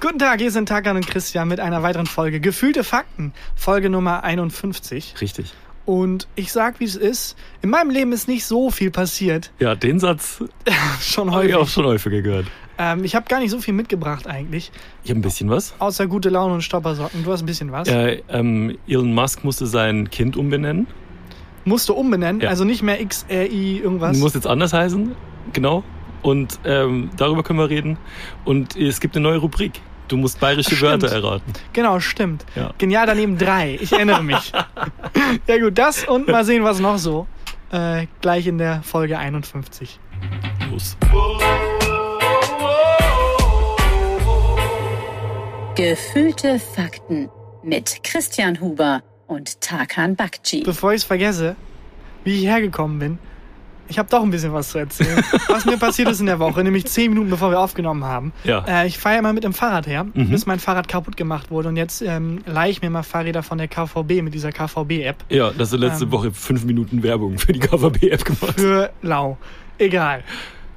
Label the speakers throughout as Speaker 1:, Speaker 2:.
Speaker 1: Guten Tag, hier sind Tagan und Christian mit einer weiteren Folge Gefühlte Fakten, Folge Nummer 51.
Speaker 2: Richtig.
Speaker 1: Und ich sag, wie es ist. In meinem Leben ist nicht so viel passiert.
Speaker 2: Ja, den Satz
Speaker 1: Schon
Speaker 2: habe ich auch
Speaker 1: häufig.
Speaker 2: schon häufiger gehört.
Speaker 1: Ähm, ich habe gar nicht so viel mitgebracht eigentlich.
Speaker 2: Ich habe ein bisschen was.
Speaker 1: Außer gute Laune und Stoppersocken. Du hast ein bisschen was.
Speaker 2: Äh, ähm, Elon Musk musste sein Kind umbenennen.
Speaker 1: Musste umbenennen,
Speaker 2: Ja.
Speaker 1: also nicht mehr XRI irgendwas.
Speaker 2: Muss jetzt anders heißen. Genau. Und ähm, darüber können wir reden. Und es gibt eine neue Rubrik. Du musst bayerische
Speaker 1: Stimmt.
Speaker 2: Wörter erraten.
Speaker 1: Genau, stimmt.
Speaker 2: Ja.
Speaker 1: Genial daneben drei. Ich erinnere mich. ja gut, das und mal sehen, was noch so. Äh, gleich in der Folge 51.
Speaker 2: Los.
Speaker 3: Gefühlte Fakten mit Christian Huber und Tarkan Bakci.
Speaker 1: Bevor ich es vergesse, wie ich hergekommen bin, ich habe doch ein bisschen was zu erzählen. was mir passiert ist in der Woche, nämlich zehn Minuten bevor wir aufgenommen haben.
Speaker 2: Ja. Mhm.
Speaker 1: Äh, ich fahre ja immer mit dem Fahrrad her, bis mein Fahrrad kaputt gemacht wurde. Und jetzt ähm, leihe ich mir mal Fahrräder von der KVB mit dieser KVB-App.
Speaker 2: Ja, das hast du letzte
Speaker 1: Ähm.
Speaker 2: Woche fünf Minuten Werbung für die KVB-App gemacht.
Speaker 1: Für lau. Egal.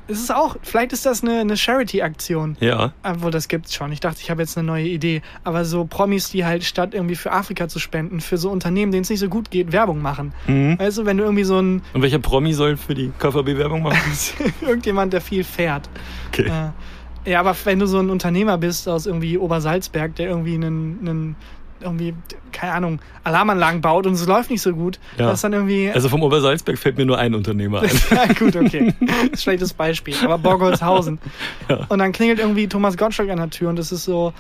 Speaker 1: Es ist auch, vielleicht ist das eine, eine Charity-Aktion.
Speaker 2: Ja.
Speaker 1: Obwohl, das gibt's schon. Ich dachte, ich habe jetzt eine neue Idee. Aber so Promis, die halt statt irgendwie für Afrika zu spenden, für so Unternehmen, denen es nicht so gut geht, Werbung machen.
Speaker 2: Mhm.
Speaker 1: Weißt du, wenn du irgendwie so ein
Speaker 2: Und welcher Promi soll für die KVB Werbung machen?
Speaker 1: irgendjemand, der viel fährt.
Speaker 2: Okay.
Speaker 1: Äh, ja, aber wenn du so ein Unternehmer bist aus irgendwie Obersalzberg, der irgendwie einen, einen irgendwie, keine Ahnung, Alarmanlagen baut und es läuft nicht so gut,
Speaker 2: Ja.
Speaker 1: dass dann irgendwie.
Speaker 2: Also vom Obersalzberg fällt mir nur ein Unternehmer ein.
Speaker 1: ja, gut, okay. Schlechtes Beispiel. Aber Borgolzhausen. Und dann klingelt irgendwie Thomas Gottschalk an der Tür und das ist so,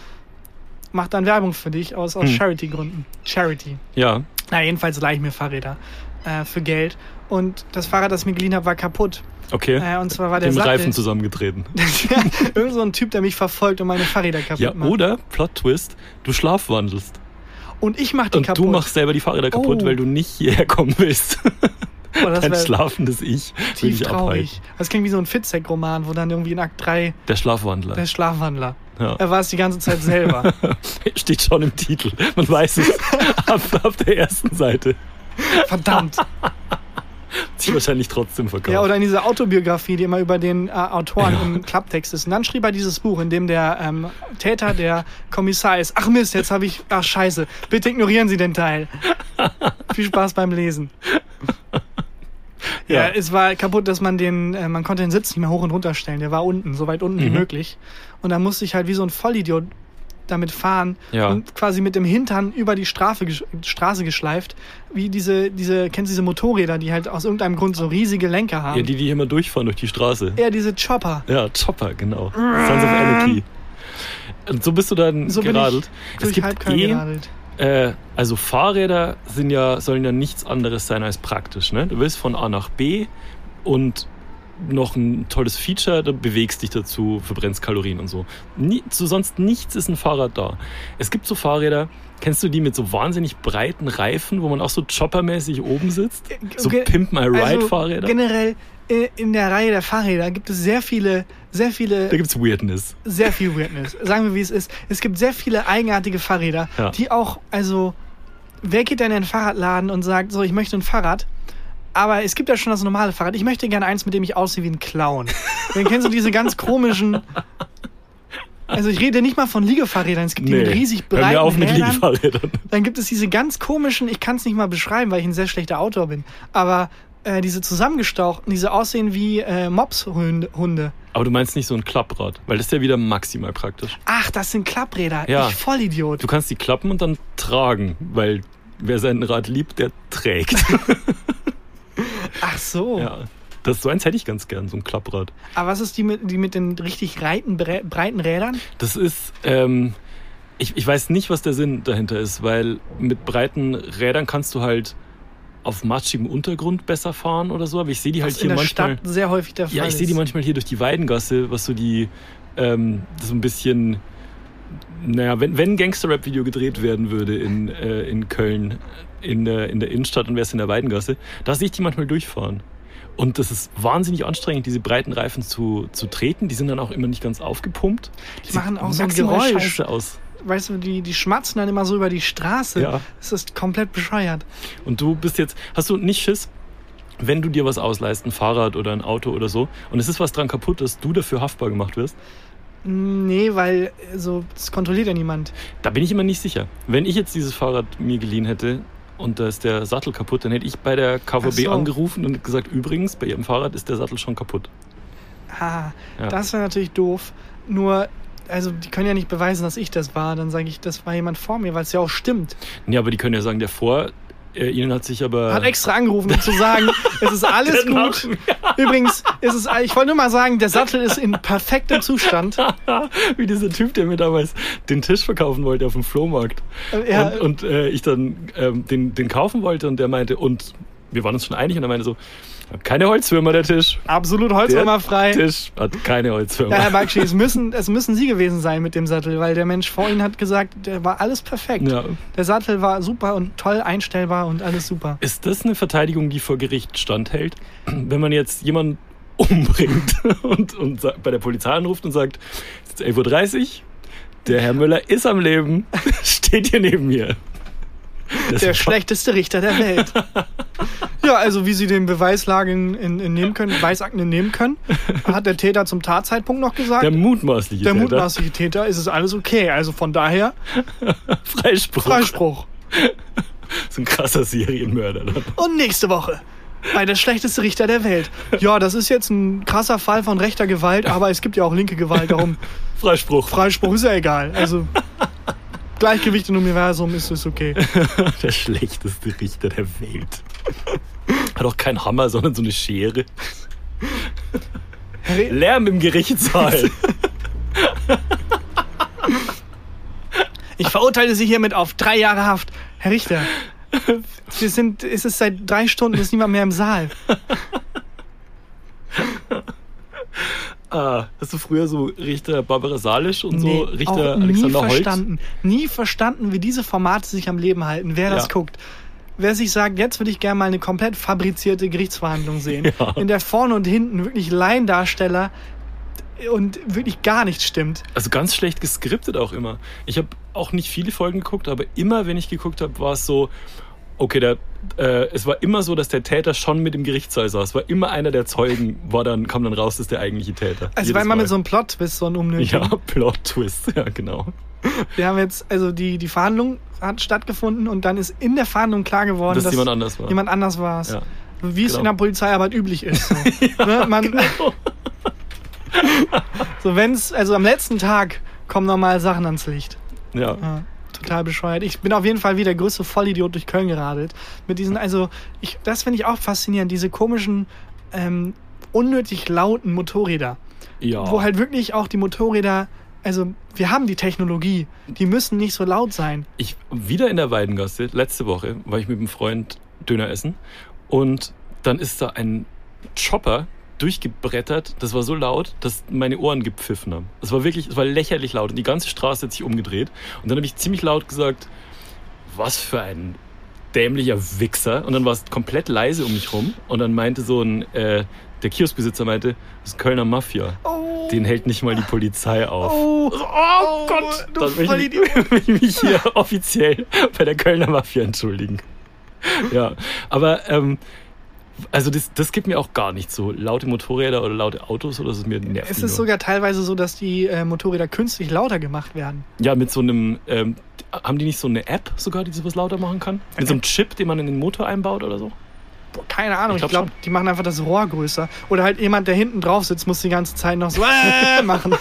Speaker 1: macht dann Werbung für dich aus,
Speaker 2: Hm.
Speaker 1: aus Charity-Gründen. Charity.
Speaker 2: Ja.
Speaker 1: Na, jedenfalls leih ich mir Fahrräder äh, für Geld. Und das Fahrrad, das ich mir geliehen habe, war kaputt.
Speaker 2: Okay.
Speaker 1: Äh, und zwar war der
Speaker 2: Dem
Speaker 1: Sattel.
Speaker 2: Reifen zusammengetreten.
Speaker 1: Ja, Irgend so ein Typ, der mich verfolgt und meine Fahrräder kaputt
Speaker 2: Ja,
Speaker 1: macht.
Speaker 2: oder Plot Twist, du schlafwandelst
Speaker 1: Und ich mach die
Speaker 2: und
Speaker 1: kaputt.
Speaker 2: du machst selber die Fahrräder kaputt,
Speaker 1: Oh.
Speaker 2: weil du nicht hierher kommen willst.
Speaker 1: Boah, das
Speaker 2: Dein
Speaker 1: wär
Speaker 2: schlafendes Ich will
Speaker 1: tief
Speaker 2: dich abhalten.
Speaker 1: traurig. Das klingt wie so ein Fitzek-Roman, wo dann irgendwie in Akt 3
Speaker 2: Der Schlafwandler.
Speaker 1: der Schlafwandler.
Speaker 2: Ja.
Speaker 1: Er war es die ganze Zeit selber.
Speaker 2: Steht schon im Titel. Man weiß es. ab, ab der ersten Seite. Oh
Speaker 1: Verdammt.
Speaker 2: Hat Sich wahrscheinlich trotzdem verkauft.
Speaker 1: Ja, oder in dieser Autobiografie, die immer über den äh, Autoren im Klapptext ist. Und dann schrieb er dieses Buch, in dem der ähm, Täter der Kommissar ist. Ach Mist, jetzt habe ich. Ach Scheiße, bitte ignorieren Sie den Teil. Viel Spaß beim Lesen. Ja.
Speaker 2: Ja.
Speaker 1: Äh, es war kaputt, dass man den, äh, man konnte den Sitz nicht mehr hoch und runter stellen. Der war unten, so weit unten wie
Speaker 2: Mhm.
Speaker 1: möglich. Und dann musste ich halt wie so ein Vollidiot damit fahren
Speaker 2: Ja.
Speaker 1: und quasi mit dem Hintern über die Strafe, gesch- Straße geschleift, wie diese, diese, kennst du diese Motorräder, die halt aus irgendeinem Grund so riesige Lenker haben?
Speaker 2: ja, die, die hier immer durchfahren durch die Straße.
Speaker 1: eher diese Chopper.
Speaker 2: Ja, Chopper, genau. Sons of Anarchy. Und so bist du dann
Speaker 1: So
Speaker 2: geradelt. eh
Speaker 1: bin ich durch Halbkörn geradelt.
Speaker 2: Äh, also Fahrräder sind ja, sollen ja nichts anderes sein als praktisch. Ne? Du willst von A nach B und noch ein tolles Feature, du bewegst dich dazu, verbrennst Kalorien und so. Nie, zu sonst nichts ist ein Fahrrad da. Es gibt so Fahrräder, kennst du die mit so wahnsinnig breiten Reifen, wo man auch so choppermäßig oben sitzt? So
Speaker 1: Äh, Ge-
Speaker 2: Pimp My
Speaker 1: Also,
Speaker 2: Ride Fahrräder?
Speaker 1: generell äh, in der Reihe der Fahrräder gibt es sehr viele, sehr viele
Speaker 2: da gibt's Weirdness.
Speaker 1: sehr viel Weirdness. Sagen wir, wie es ist. Es gibt sehr viele eigenartige Fahrräder,
Speaker 2: Ja.
Speaker 1: die auch, also, wer geht denn in einen Fahrradladen und sagt, so, ich möchte ein Fahrrad? Aber es gibt ja schon das normale Fahrrad. Ich möchte gerne eins, mit dem ich aussehe wie ein Clown. Dann kennst du diese ganz komischen. Also ich rede nicht mal von Liegefahrrädern. Es gibt die mit riesig
Speaker 2: hör
Speaker 1: breiten
Speaker 2: mir auf mit
Speaker 1: Rädern.
Speaker 2: Liegefahrrädern.
Speaker 1: Dann gibt es diese ganz komischen, ich kann es nicht mal beschreiben, weil ich ein sehr schlechter Autor bin, aber äh, diese zusammengestauchten, diese aussehen wie äh, Mopshunde. Hunde.
Speaker 2: Aber du meinst nicht so ein Klapprad, weil das ist ja wieder maximal praktisch.
Speaker 1: Ach, das sind Klappräder.
Speaker 2: Ja.
Speaker 1: Ich Vollidiot.
Speaker 2: Du kannst die klappen und dann tragen, weil wer sein Rad liebt, der trägt.
Speaker 1: Ach so.
Speaker 2: ja. Das so eins hätte ich ganz gern, so ein Klapprad.
Speaker 1: Aber was ist die mit, die mit den richtig reiten, bre- breiten Rädern?
Speaker 2: Das ist, ähm, ich, ich weiß nicht, was der Sinn dahinter ist, weil mit breiten Rädern kannst du halt auf matschigem Untergrund besser fahren oder so, aber ich sehe die halt
Speaker 1: Was in
Speaker 2: hier
Speaker 1: der
Speaker 2: manchmal.
Speaker 1: Stadt sehr häufig der Fall.
Speaker 2: Ja, ich sehe die
Speaker 1: ist.
Speaker 2: manchmal hier durch die Weidengasse, was so die ähm, so ein bisschen, naja, wenn, wenn ein Gangster-Rap-Video gedreht werden würde in, äh, in Köln, in der, in der Innenstadt und wäre es in der Weidengasse, da sehe ich die manchmal durchfahren. Und das ist wahnsinnig anstrengend, diese breiten Reifen zu, zu treten. Die sind dann auch immer nicht ganz aufgepumpt. Die sieht
Speaker 1: machen auch so ein
Speaker 2: maximal
Speaker 1: Geräusch.
Speaker 2: Scheiße aus.
Speaker 1: Weißt du, die, die schmatzen dann immer so über die Straße.
Speaker 2: Ja.
Speaker 1: Das ist komplett bescheuert.
Speaker 2: Und du bist jetzt, hast du nicht Schiss, wenn du dir was ausleist, ein Fahrrad oder ein Auto oder so, und es ist was dran kaputt, dass du dafür haftbar gemacht wirst?
Speaker 1: Nee, weil äh, so, das kontrolliert ja niemand.
Speaker 2: Da bin ich immer nicht sicher. Wenn ich jetzt dieses Fahrrad mir geliehen hätte und da ist der Sattel kaputt, dann hätte ich bei der KVB
Speaker 1: Ach so.
Speaker 2: angerufen und gesagt, übrigens, bei ihrem Fahrrad ist der Sattel schon kaputt.
Speaker 1: Ah,
Speaker 2: Ja.
Speaker 1: das wäre natürlich doof. Nur, also die können ja nicht beweisen, dass ich das war. Dann sage ich, das war jemand vor mir, weil es ja auch stimmt.
Speaker 2: Nee, aber die können ja sagen, der vor äh, ihnen hat sich aber...
Speaker 1: Hat extra angerufen, um zu sagen, es ist alles
Speaker 2: Genau.
Speaker 1: gut. Übrigens, ist es, ich wollte nur mal sagen, der Sattel ist in perfektem Zustand.
Speaker 2: Wie dieser Typ, der mir damals den Tisch verkaufen wollte auf dem Flohmarkt.
Speaker 1: Äh, ja.
Speaker 2: Und, und äh, ich dann ähm, den, den kaufen wollte und der meinte, und wir waren uns schon einig und er meinte so, keine Holzwürmer der Tisch.
Speaker 1: Absolut
Speaker 2: Der
Speaker 1: holzimmerfrei.
Speaker 2: Tisch hat keine Holzwürmer.
Speaker 1: Ja, Herr Bakshi, es müssen, es müssen Sie gewesen sein mit dem Sattel, weil der Mensch vor Ihnen hat gesagt, der war alles perfekt.
Speaker 2: Ja.
Speaker 1: Der Sattel war super und toll einstellbar und alles super.
Speaker 2: Ist das eine Verteidigung, die vor Gericht standhält? Wenn man jetzt jemanden umbringt und, und sa- bei der Polizei anruft und sagt, es ist 11.30 Uhr, der Herr Müller ist am Leben, steht hier neben mir. Das
Speaker 1: Der
Speaker 2: ist-
Speaker 1: schlechteste Richter der Welt. Ja, also wie Sie den Beweislagen in, entnehmen können, Beweisakten entnehmen können, hat der Täter zum Tatzeitpunkt noch gesagt.
Speaker 2: der
Speaker 1: Der,
Speaker 2: mutmaßliche Täter.
Speaker 1: mutmaßliche Täter ist es alles okay. Also von daher
Speaker 2: Freispruch.
Speaker 1: Freispruch.
Speaker 2: So ein krasser Serienmörder. ne? Dann.
Speaker 1: Und nächste Woche bei der schlechteste Richter der Welt. Ja, das ist jetzt ein krasser Fall von rechter Gewalt, aber es gibt ja auch linke Gewalt, darum
Speaker 2: Freispruch.
Speaker 1: Freispruch ist ja egal. Also Gleichgewicht im Universum ist es okay.
Speaker 2: der schlechteste Richter der Welt. Hat auch keinen Hammer, sondern so eine Schere.
Speaker 1: Re-
Speaker 2: Lärm im Gerichtssaal.
Speaker 1: Ich verurteile Sie hiermit auf drei Jahre Haft. Herr Richter, wir sind, es ist seit drei Stunden, ist niemand mehr im Saal.
Speaker 2: ah, hast du früher so Richter Barbara Salisch und
Speaker 1: Nee,
Speaker 2: so
Speaker 1: auch
Speaker 2: Also, Richter Alexander
Speaker 1: nie
Speaker 2: Holt?
Speaker 1: verstanden, nie verstanden, wie diese Formate sich am Leben halten, wer das
Speaker 2: Ja.
Speaker 1: guckt. Wer sich sagt, jetzt würde ich gerne mal eine komplett fabrizierte Gerichtsverhandlung sehen,
Speaker 2: Ja.
Speaker 1: in der vorne und hinten wirklich Laiendarsteller und wirklich gar nichts stimmt.
Speaker 2: Also ganz schlecht geskriptet auch immer. Ich habe auch nicht viele Folgen geguckt, aber immer, wenn ich geguckt habe, war es so, okay, der, äh, es war immer so, dass der Täter schon mit im Gerichtssaal saß. War immer einer der Zeugen, war dann, kam dann raus, dass der eigentliche Täter.
Speaker 1: Also
Speaker 2: Jedes
Speaker 1: weil man
Speaker 2: Mal.
Speaker 1: mit so einem Plot-Twist so ein unnötigen.
Speaker 2: Ja, Plot-Twist, ja genau.
Speaker 1: Wir haben jetzt, also die, die Verhandlung hat stattgefunden und dann ist in der Verhandlung klar geworden,
Speaker 2: Dass
Speaker 1: dass
Speaker 2: jemand anders war.
Speaker 1: Jemand anders war es.
Speaker 2: Ja.
Speaker 1: Wie es
Speaker 2: Genau.
Speaker 1: in der Polizeiarbeit üblich ist. So. ne? Man, so wenn's, also am letzten Tag kommen normal Sachen ans Licht.
Speaker 2: Ja.
Speaker 1: Ja, total bescheuert. Ich bin auf jeden Fall wie der größte Vollidiot durch Köln geradelt. Mit diesen, also, ich, das finde ich auch faszinierend, diese komischen, ähm, unnötig lauten Motorräder.
Speaker 2: ja.
Speaker 1: Wo halt wirklich auch die Motorräder, also wir haben die Technologie, die müssen nicht so laut sein.
Speaker 2: Ich wieder in der Weidengasse, letzte Woche, war ich mit einem Freund Döner essen und dann ist da ein Chopper durchgebrettert. Das war so laut, dass meine Ohren gepfiffen haben. Es war wirklich, es war lächerlich laut und die ganze Straße hat sich umgedreht. Und dann habe ich ziemlich laut gesagt, was für ein dämlicher Wichser. Und dann war es komplett leise um mich rum. Und dann meinte so ein, äh, der Kioskbesitzer meinte, das ist Kölner Mafia.
Speaker 1: Oh,
Speaker 2: Den hält nicht mal die Polizei auf.
Speaker 1: oh,
Speaker 2: Oh, Gott,
Speaker 1: du
Speaker 2: dann will ich,
Speaker 1: Vollidiot.
Speaker 2: will ich mich hier offiziell bei der Kölner Mafia entschuldigen. Ja, aber ähm, also das, das gibt mir auch gar nicht so laute Motorräder oder laute Autos oder so das mir nervt.
Speaker 1: Es
Speaker 2: nur.
Speaker 1: ist sogar teilweise so, dass die äh, Motorräder künstlich lauter gemacht werden.
Speaker 2: ja, mit so einem ähm, haben die nicht so eine App sogar, die sowas lauter machen kann? Mit so einem Chip, den man in den Motor einbaut oder so?
Speaker 1: Boah, keine Ahnung,
Speaker 2: Ich
Speaker 1: ich
Speaker 2: glaub
Speaker 1: glaube, glaub, die machen einfach das Rohr größer. Oder halt jemand, der hinten drauf sitzt, muss die ganze Zeit noch so äh, machen.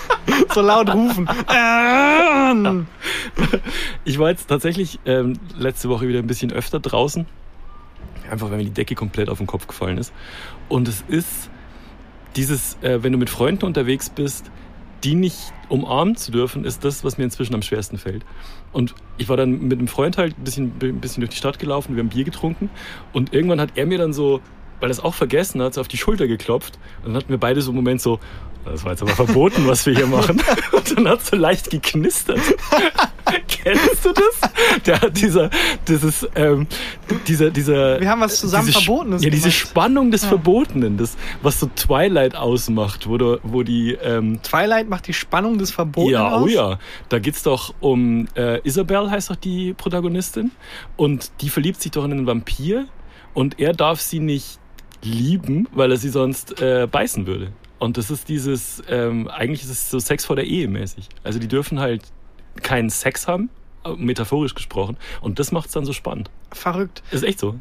Speaker 1: so laut rufen. Äh, Ähm.
Speaker 2: Ich war jetzt tatsächlich ähm, letzte Woche wieder ein bisschen öfter draußen. Einfach, weil mir die Decke komplett auf den Kopf gefallen ist. Und es ist dieses, äh, wenn du mit Freunden unterwegs bist, die nicht umarmen zu dürfen, ist das, was mir inzwischen am schwersten fällt. Und ich war dann mit einem Freund halt ein bisschen, ein bisschen durch die Stadt gelaufen, wir haben Bier getrunken und irgendwann hat er mir dann so, weil er es auch vergessen hat, so auf die Schulter geklopft und dann hatten wir beide so einen Moment so, das war jetzt aber verboten, was wir hier machen. Und dann hat so leicht geknistert. Kennst du das? Der hat dieser, dieses, ähm, dieser, dieser.
Speaker 1: Wir haben was zusammen
Speaker 2: diese Sch-
Speaker 1: Verbotenes
Speaker 2: Ja, diese
Speaker 1: gemacht.
Speaker 2: Spannung des
Speaker 1: Ja.
Speaker 2: Verbotenen, das, was so Twilight ausmacht, wo, du, wo die ähm,
Speaker 1: Twilight macht die Spannung des Verboten
Speaker 2: ja,
Speaker 1: aus.
Speaker 2: oh ja. Da geht's doch um äh, Isabel heißt doch die Protagonistin und die verliebt sich doch in einen Vampir und er darf sie nicht lieben, weil er sie sonst äh, beißen würde. Und das ist dieses, ähm, eigentlich ist es so Sex vor der Ehe mäßig. Also die dürfen halt keinen Sex haben, äh, metaphorisch gesprochen. Und das macht es dann so spannend.
Speaker 1: Verrückt.
Speaker 2: Ist echt so.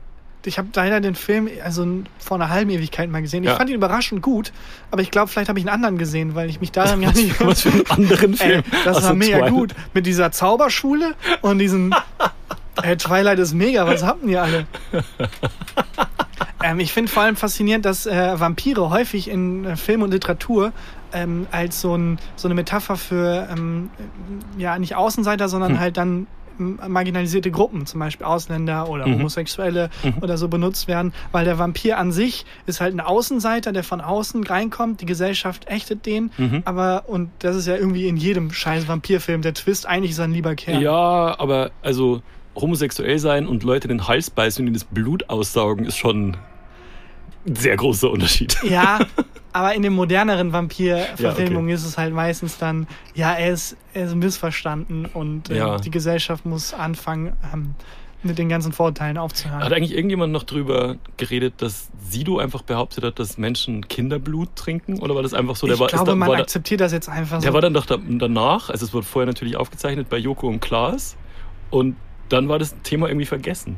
Speaker 1: Ich habe leider den Film also vor einer halben Ewigkeit mal gesehen. Ich
Speaker 2: Ja.
Speaker 1: fand ihn überraschend gut, aber ich glaube, vielleicht habe ich einen anderen gesehen, weil ich mich daran ja nicht.
Speaker 2: Was für einen anderen
Speaker 1: Ey,
Speaker 2: Film.
Speaker 1: das
Speaker 2: Also
Speaker 1: war mega
Speaker 2: Twilight.
Speaker 1: gut. Mit dieser Zauberschule und diesem. Ey, Twilight ist mega, was habt ihr alle? ähm, ich finde vor allem faszinierend, dass äh, Vampire häufig in äh, Film und Literatur ähm, als so, ein, so eine Metapher für, ähm, ja, nicht Außenseiter, sondern halt dann ähm, marginalisierte Gruppen, zum Beispiel Ausländer oder Homosexuelle oder so benutzt werden, weil der Vampir an sich ist halt ein Außenseiter, der von außen reinkommt, die Gesellschaft ächtet den, aber und das ist ja irgendwie in jedem scheiß Vampirfilm der Twist, eigentlich ist er ein lieber Kerl.
Speaker 2: Ja, aber also homosexuell sein und Leute den Hals beißen und ihnen das Blut aussaugen ist schon ein sehr großer Unterschied.
Speaker 1: Ja, aber in den moderneren Vampir-Verfilmungen
Speaker 2: Ja,
Speaker 1: ist es halt meistens dann, ja, er ist, er ist missverstanden und äh,
Speaker 2: Ja.
Speaker 1: die Gesellschaft muss anfangen, ähm, mit den ganzen Vorurteilen aufzuhören.
Speaker 2: Hat eigentlich irgendjemand noch drüber geredet, dass Sido einfach behauptet hat, dass Menschen Kinderblut trinken? Oder war das einfach so? Der
Speaker 1: ich
Speaker 2: war, ist
Speaker 1: glaube,
Speaker 2: da,
Speaker 1: man
Speaker 2: war da,
Speaker 1: akzeptiert das jetzt einfach
Speaker 2: der
Speaker 1: so.
Speaker 2: war dann doch da, danach, also es wurde vorher natürlich aufgezeichnet bei Joko und Klaas und dann war das Thema irgendwie vergessen.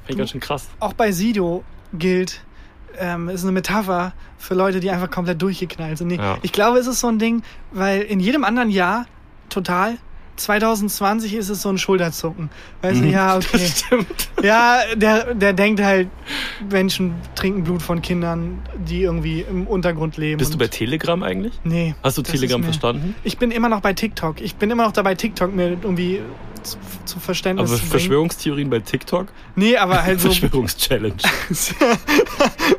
Speaker 2: Fand ich ganz schön krass.
Speaker 1: Auch bei Sido gilt, ähm, ist eine Metapher für Leute, die einfach komplett durchgeknallt sind. Nee,
Speaker 2: Ja.
Speaker 1: Ich glaube, es ist so ein Ding, weil in jedem anderen Jahr, total, 2020 ist es so ein Schulterzucken. Weißt
Speaker 2: Mhm.
Speaker 1: du, ja, okay.
Speaker 2: Stimmt.
Speaker 1: Ja, der, der denkt halt, Menschen trinken Blut von Kindern, die irgendwie im Untergrund leben.
Speaker 2: Bist du
Speaker 1: und-
Speaker 2: bei Telegram eigentlich?
Speaker 1: Nee.
Speaker 2: Hast du
Speaker 1: das ist mir-
Speaker 2: Telegram
Speaker 1: mhm.
Speaker 2: verstanden?
Speaker 1: Ich bin immer noch bei TikTok. Ich bin immer noch dabei, TikTok mir irgendwie zu, zu Verständnis
Speaker 2: Aber
Speaker 1: zu bringen.
Speaker 2: Verschwörungstheorien bei TikTok?
Speaker 1: Nee, aber halt so
Speaker 2: Verschwörungschallenge.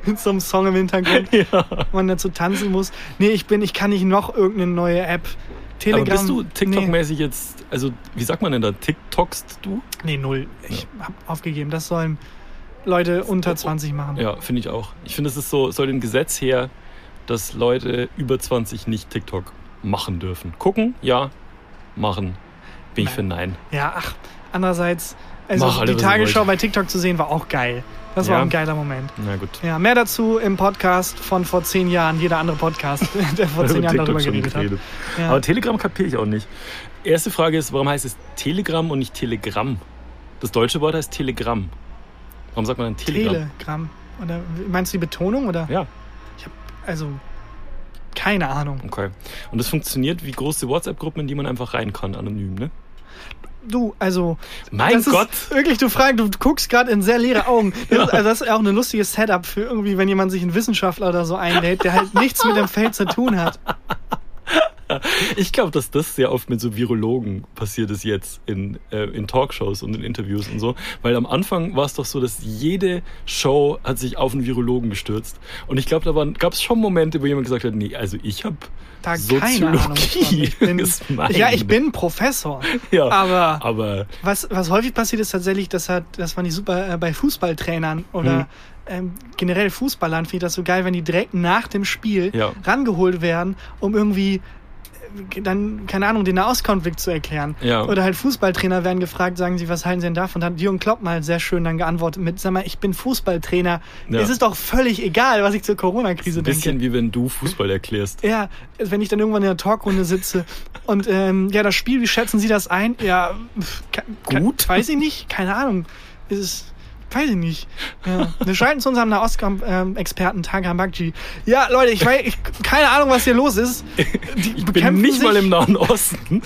Speaker 1: mit so einem Song im Hintergrund,
Speaker 2: ja.
Speaker 1: wo man dazu tanzen muss. Nee, ich bin, ich kann nicht noch irgendeine neue App.
Speaker 2: Aber
Speaker 1: Telegram.
Speaker 2: bist du
Speaker 1: nee,
Speaker 2: TikTok-mäßig jetzt, also wie sagt man denn da, TikTokst du?
Speaker 1: nee, null. Ich hab aufgegeben. Das sollen Leute
Speaker 2: Oh,
Speaker 1: unter 20 machen.
Speaker 2: Ja, finde ich auch. Ich finde, es ist so, soll dem Gesetz her, dass Leute über 20 nicht TikTok machen dürfen. Gucken, ja, machen. Bin ich für nein.
Speaker 1: Ja, ach, andererseits, also
Speaker 2: Mach alle,
Speaker 1: die
Speaker 2: was ihr
Speaker 1: Tagesschau
Speaker 2: wollt.
Speaker 1: bei TikTok zu sehen, war auch geil. Das war
Speaker 2: Ja.
Speaker 1: auch ein geiler Moment.
Speaker 2: Na gut.
Speaker 1: Ja, mehr dazu im Podcast von vor zehn Jahren, jeder andere Podcast, der vor
Speaker 2: Also
Speaker 1: zehn Jahren darüber geredet hat. Ja.
Speaker 2: Aber Telegram kapiere ich auch nicht. Erste Frage ist, warum heißt es Telegram und nicht Telegramm? Das deutsche Wort heißt Telegramm. Warum sagt man dann Telegramm?
Speaker 1: Telegram. Oder meinst du die Betonung? Oder?
Speaker 2: Ja,
Speaker 1: Also, keine Ahnung.
Speaker 2: okay. Und das funktioniert wie große WhatsApp-Gruppen, in die man einfach rein kann, anonym, ne?
Speaker 1: Du, also.
Speaker 2: Mein
Speaker 1: das
Speaker 2: Gott!
Speaker 1: Ist wirklich, du fragst, du guckst gerade in sehr leere Augen. Das, ist- also das ist auch ein lustiges Setup für irgendwie, wenn jemand sich einen Wissenschaftler oder so einlädt, der halt nichts mit dem Feld zu tun hat.
Speaker 2: Ich glaube, dass das sehr oft mit so Virologen passiert ist jetzt in, äh, in Talkshows und in Interviews und so. Weil am Anfang war es doch so, dass jede Show hat sich auf einen Virologen gestürzt. Und ich glaube, da gab es schon Momente, wo jemand gesagt hat, nee, also ich habe
Speaker 1: Da keine Ahnung. von.
Speaker 2: Soziologie.
Speaker 1: Ich bin,
Speaker 2: ist mein-
Speaker 1: ja, ich bin Professor.
Speaker 2: Ja,
Speaker 1: aber-
Speaker 2: aber
Speaker 1: Was, was häufig passiert ist tatsächlich, das, hat, das fand ich super äh, bei Fußballtrainern oder
Speaker 2: Mhm.
Speaker 1: ähm, generell Fußballern, finde ich das so geil, wenn die direkt nach dem Spiel
Speaker 2: Ja.
Speaker 1: rangeholt werden, um irgendwie äh, dann, keine Ahnung, den Nahostkonflikt zu erklären.
Speaker 2: Ja.
Speaker 1: Oder halt Fußballtrainer werden gefragt, sagen sie, was halten sie denn davon? Dann hat Jürgen Klopp mal sehr schön dann geantwortet mit, sag mal, ich bin Fußballtrainer.
Speaker 2: Ja.
Speaker 1: Es ist doch völlig egal, was ich zur Corona-Krise
Speaker 2: ein
Speaker 1: denke.
Speaker 2: bisschen wie wenn du Fußball erklärst.
Speaker 1: Ja, wenn ich dann irgendwann in der Talkrunde sitze und ähm, ja, das Spiel, wie schätzen Sie das ein? Ja, pf, ke- ke-
Speaker 2: Gut.
Speaker 1: Weiß ich nicht, keine Ahnung. Es ist, weiß ich nicht. Ja. Wir schalten zu unserem Nahostexperten Tarkan Bakji. Ja, Leute, ich weiß, ich, keine Ahnung, was hier los ist. Die
Speaker 2: Ich bin
Speaker 1: um
Speaker 2: nicht mal im Nahen Osten.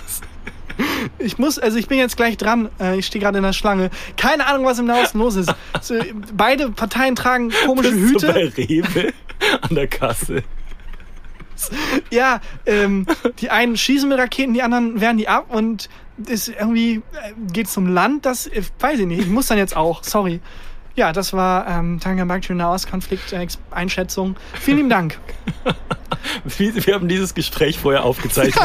Speaker 1: Ich muss, also ich bin jetzt gleich dran. Äh, ich stehe gerade in der Schlange. Keine Ahnung, was im Nahosten los ist. So, beide Parteien tragen komische
Speaker 2: Bist
Speaker 1: Hüte.
Speaker 2: du bei Rewe an der Kasse.
Speaker 1: Ja, ähm, die einen schießen mit Raketen, die anderen wehren die ab und ist irgendwie äh, geht zum Land, das äh, weiß ich nicht. Ich muss dann jetzt auch, sorry. Ja, das war ähm, Tangamagdschön Nahostkonflikt äh, Ex- Einschätzung. Vielen lieben Dank.
Speaker 2: Wir, wir haben dieses Gespräch vorher aufgezeichnet.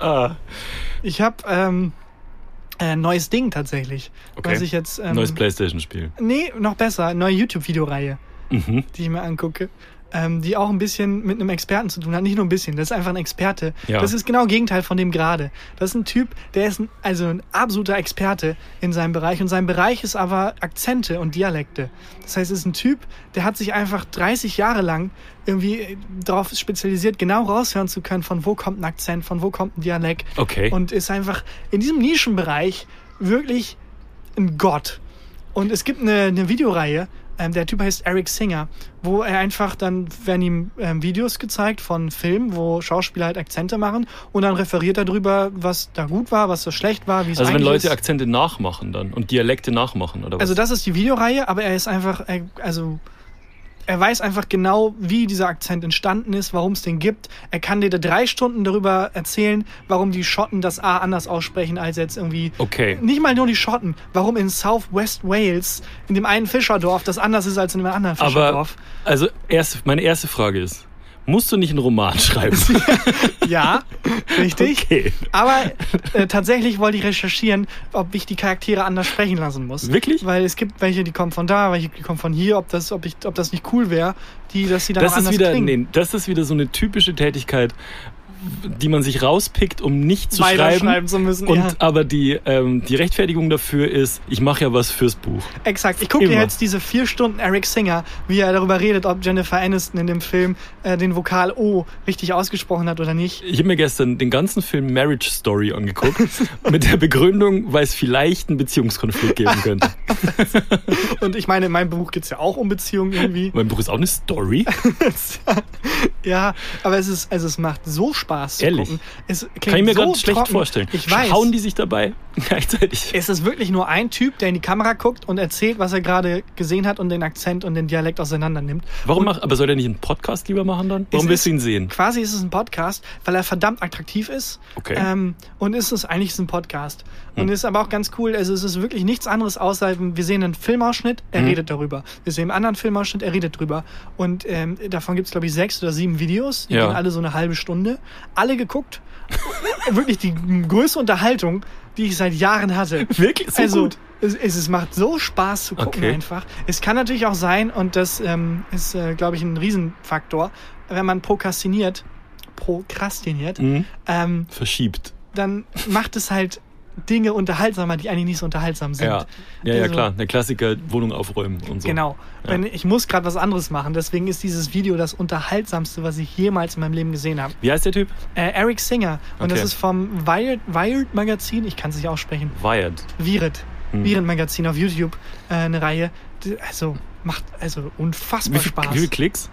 Speaker 2: ah,
Speaker 1: Ich habe ähm, äh, neues Ding tatsächlich,
Speaker 2: Okay.
Speaker 1: was ich jetzt ähm,
Speaker 2: neues Playstation-Spiel.
Speaker 1: Nee, noch besser, neue YouTube Videoreihe,
Speaker 2: Mhm.
Speaker 1: die ich mir angucke. ähm, die auch ein bisschen mit einem Experten zu tun hat. Nicht nur ein bisschen, das ist einfach ein Experte.
Speaker 2: Ja.
Speaker 1: Das ist genau Gegenteil von dem gerade. Das ist ein Typ, der ist ein, also ein absoluter Experte in seinem Bereich und sein Bereich ist aber Akzente und Dialekte. Das heißt, es ist ein Typ, der hat sich einfach 30 Jahre lang irgendwie darauf spezialisiert, genau raushören zu können, von wo kommt ein Akzent, von wo kommt ein Dialekt.
Speaker 2: Okay.
Speaker 1: Und ist einfach in diesem Nischenbereich wirklich ein Gott. Und es gibt eine, eine Videoreihe, ähm, der Typ heißt Eric Singer, wo er einfach dann werden ihm ähm, Videos gezeigt von Filmen, wo Schauspieler halt Akzente machen und dann referiert er darüber, was da gut war, was da schlecht war, wie es
Speaker 2: also wenn
Speaker 1: eigentlich
Speaker 2: Leute
Speaker 1: ist.
Speaker 2: Akzente nachmachen dann und Dialekte nachmachen oder was?
Speaker 1: Also das ist die Videoreihe, aber er ist einfach, er, also er weiß einfach genau, wie dieser Akzent entstanden ist, warum es den gibt. Er kann dir da drei Stunden darüber erzählen, warum die Schotten das A anders aussprechen als jetzt irgendwie.
Speaker 2: Okay.
Speaker 1: Nicht mal nur die Schotten, warum in South West Wales, in dem einen Fischerdorf, das anders ist als in einem anderen
Speaker 2: Aber
Speaker 1: Fischerdorf.
Speaker 2: also erste, meine erste Frage ist, musst du nicht einen Roman schreiben?
Speaker 1: ja, richtig.
Speaker 2: Okay.
Speaker 1: Aber äh, tatsächlich wollte ich recherchieren, ob ich die Charaktere anders sprechen lassen muss.
Speaker 2: Wirklich?
Speaker 1: Weil es gibt welche, die kommen von da, welche die kommen von hier, ob das, ob ich, ob das nicht cool wäre, die, dass sie dann
Speaker 2: Das
Speaker 1: auch
Speaker 2: ist,
Speaker 1: anders
Speaker 2: wieder,
Speaker 1: klingen.
Speaker 2: nee, das ist wieder so eine typische Tätigkeit, die man sich rauspickt, um nicht zu
Speaker 1: Weiter
Speaker 2: schreiben.
Speaker 1: schreiben zu müssen,
Speaker 2: Und
Speaker 1: ja.
Speaker 2: aber die, ähm, die Rechtfertigung dafür ist, ich mache ja was fürs Buch.
Speaker 1: Exakt. Ich gucke dir
Speaker 2: Immer.
Speaker 1: jetzt diese vier Stunden Eric Singer, wie er darüber redet, ob Jennifer Aniston in dem Film äh, den Vokal O richtig ausgesprochen hat oder nicht.
Speaker 2: Ich habe mir gestern den ganzen Film Marriage Story angeguckt, mit der Begründung, weil es vielleicht einen Beziehungskonflikt geben könnte.
Speaker 1: Und ich meine, in meinem Buch geht's ja auch um Beziehungen irgendwie.
Speaker 2: mein Buch ist auch eine Story.
Speaker 1: ja, aber es ist, also es macht so Spaß zu
Speaker 2: Ehrlich?
Speaker 1: gucken. Es klingt
Speaker 2: Kann ich mir
Speaker 1: so
Speaker 2: ganz schlecht
Speaker 1: trocken.
Speaker 2: vorstellen.
Speaker 1: Ich weiß.
Speaker 2: Hauen die sich dabei gleichzeitig?
Speaker 1: Es ist wirklich nur ein Typ, der in die Kamera guckt und erzählt, was er gerade gesehen hat und den Akzent und den Dialekt auseinander nimmt.
Speaker 2: Warum mach, aber soll der nicht einen Podcast lieber machen dann? Warum
Speaker 1: Es
Speaker 2: willst du
Speaker 1: ist-
Speaker 2: ihn sehen?
Speaker 1: Quasi ist es ein Podcast, weil er verdammt attraktiv ist.
Speaker 2: Okay. Hm.
Speaker 1: Ähm, und ist es eigentlich ist es ein Podcast. Und ist aber auch ganz cool. Also es ist wirklich nichts anderes außer, wir sehen einen Filmausschnitt,
Speaker 2: Hm.
Speaker 1: er redet darüber. Wir sehen einen anderen Filmausschnitt, er redet drüber. Und ähm, davon gibt es, glaube ich, sechs oder sieben Videos. Die
Speaker 2: Ja.
Speaker 1: gehen alle so eine halbe Stunde. Alle geguckt. wirklich die größte Unterhaltung, die ich seit Jahren hatte.
Speaker 2: Wirklich? So
Speaker 1: also,
Speaker 2: gut?
Speaker 1: Es, es, es macht so Spaß zu gucken
Speaker 2: Okay.
Speaker 1: einfach. Es kann natürlich auch sein, und das ähm, ist, äh, glaube ich, ein Riesenfaktor, wenn man prokrastiniert, prokrastiniert,
Speaker 2: Mhm.
Speaker 1: ähm,
Speaker 2: Verschiebt.
Speaker 1: dann macht es halt Dinge unterhaltsamer, die eigentlich nicht so unterhaltsam sind.
Speaker 2: Ja, ja, ja
Speaker 1: Also,
Speaker 2: klar. Der Klassiker Wohnung aufräumen und so.
Speaker 1: Genau.
Speaker 2: Ja.
Speaker 1: Wenn, ich muss gerade was anderes machen, deswegen ist dieses Video das unterhaltsamste, was ich jemals in meinem Leben gesehen habe.
Speaker 2: Wie heißt der Typ?
Speaker 1: Äh, Eric Singer, und das
Speaker 2: Okay.
Speaker 1: ist vom Wired, Wired Magazin, ich kann es nicht aussprechen,
Speaker 2: Wired.
Speaker 1: Viret.
Speaker 2: Hm.
Speaker 1: Viret Magazin auf YouTube. Äh, eine Reihe. Die- Also macht also unfassbar
Speaker 2: Wie viel,
Speaker 1: Spaß.
Speaker 2: wie viel Klicks?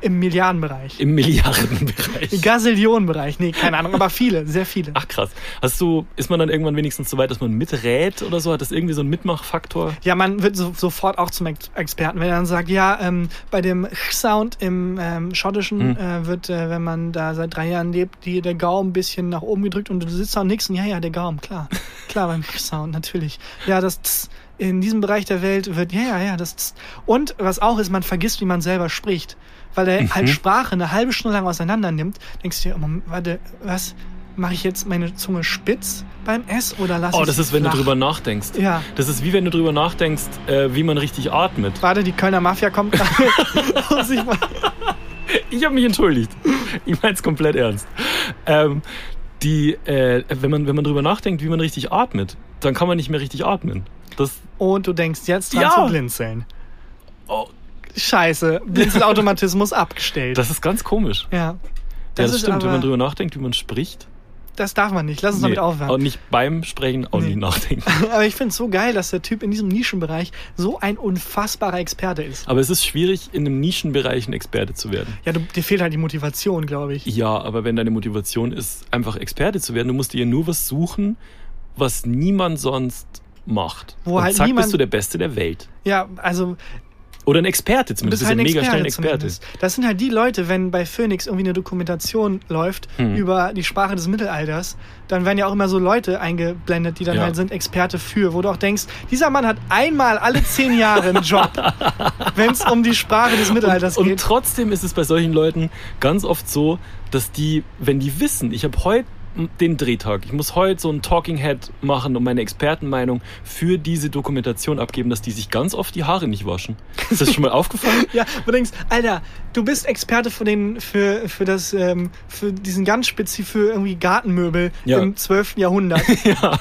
Speaker 1: Im Milliardenbereich.
Speaker 2: Im Milliardenbereich.
Speaker 1: Im Gazillionenbereich. Nee, keine Ahnung, aber viele, sehr viele.
Speaker 2: Ach krass. Hast du, ist man dann irgendwann wenigstens so weit, dass man miträt oder so? Hat das irgendwie so einen Mitmachfaktor?
Speaker 1: Ja, man wird so, sofort auch zum Ex Experten, wenn er dann sagt, ja, ähm, bei dem Sound im ähm, Schottischen
Speaker 2: Hm.
Speaker 1: äh, wird, äh, wenn man da seit drei Jahren lebt, die, der Gaumen ein bisschen nach oben gedrückt und du sitzt da und nix und ja, ja, der Gaumen, klar. Klar, beim Sound, natürlich. Ja, das Tss in diesem Bereich der Welt wird, ja, ja, ja, das Tss. Und was auch ist, man vergisst, wie man selber spricht. Weil er
Speaker 2: Mhm.
Speaker 1: halt Sprache eine halbe Stunde lang auseinander nimmt, denkst du dir, oh, Moment, warte, was? Mache ich jetzt meine Zunge spitz beim S oder lasse Also ich
Speaker 2: Oh, das
Speaker 1: sie
Speaker 2: ist, wenn
Speaker 1: flach?
Speaker 2: du drüber nachdenkst.
Speaker 1: Ja.
Speaker 2: Das ist wie wenn du drüber nachdenkst, äh, wie man richtig atmet.
Speaker 1: Warte, die Kölner Mafia kommt gerade. und sich mal-
Speaker 2: Ich habe mich entschuldigt. Ich meine es komplett ernst. Ähm, die, äh, wenn, man, wenn man drüber nachdenkt, wie man richtig atmet, dann kann man nicht mehr richtig atmen. Das,
Speaker 1: und du denkst jetzt dran
Speaker 2: Ja.
Speaker 1: zu blinzeln.
Speaker 2: oh,
Speaker 1: Scheiße, Blinzelautomatismus abgestellt.
Speaker 2: das ist ganz komisch.
Speaker 1: ja.
Speaker 2: ja, das
Speaker 1: ist
Speaker 2: stimmt, wenn
Speaker 1: aber-
Speaker 2: man drüber nachdenkt, wie man spricht.
Speaker 1: Das darf man nicht. Lass uns damit aufhören.
Speaker 2: auch nicht beim Sprechen, auch
Speaker 1: Nee.
Speaker 2: nicht nachdenken.
Speaker 1: Aber ich finde es so geil, dass der Typ in diesem Nischenbereich so ein unfassbarer Experte ist.
Speaker 2: Aber es ist schwierig, in einem Nischenbereich ein Experte zu werden.
Speaker 1: Ja, du, dir fehlt halt die Motivation, glaube ich.
Speaker 2: Ja, aber wenn deine Motivation ist, einfach Experte zu werden, du musst dir nur was suchen, was niemand sonst macht.
Speaker 1: Wo
Speaker 2: Und
Speaker 1: halt
Speaker 2: zack,
Speaker 1: niemand-
Speaker 2: bist du der Beste der Welt.
Speaker 1: Ja, also
Speaker 2: Oder ein Experte
Speaker 1: Du
Speaker 2: zumindest.
Speaker 1: bist halt ein
Speaker 2: ein mega schnell ein
Speaker 1: Experte
Speaker 2: Experte.
Speaker 1: zumindest. Das sind halt die Leute, wenn bei Phoenix irgendwie eine Dokumentation läuft
Speaker 2: Hm.
Speaker 1: über die Sprache des Mittelalters, dann werden ja auch immer so Leute eingeblendet, die dann
Speaker 2: Ja.
Speaker 1: halt sind Experte für, wo du auch denkst, dieser Mann hat einmal alle zehn Jahre einen Job, wenn es um die Sprache des Mittelalters
Speaker 2: Und
Speaker 1: geht.
Speaker 2: trotzdem ist es bei solchen Leuten ganz oft so, dass die, wenn die wissen, ich habe heute den Drehtag. Ich muss heute so ein Talking Head machen und meine Expertenmeinung für diese Dokumentation abgeben, dass die sich ganz oft die Haare nicht waschen. Ist das schon mal aufgefallen?
Speaker 1: Ja, wo du denkst, Alter, du bist Experte für den, für, für das, ähm, für diesen ganz spezif für irgendwie Gartenmöbel
Speaker 2: Ja.
Speaker 1: im 12. Jahrhundert.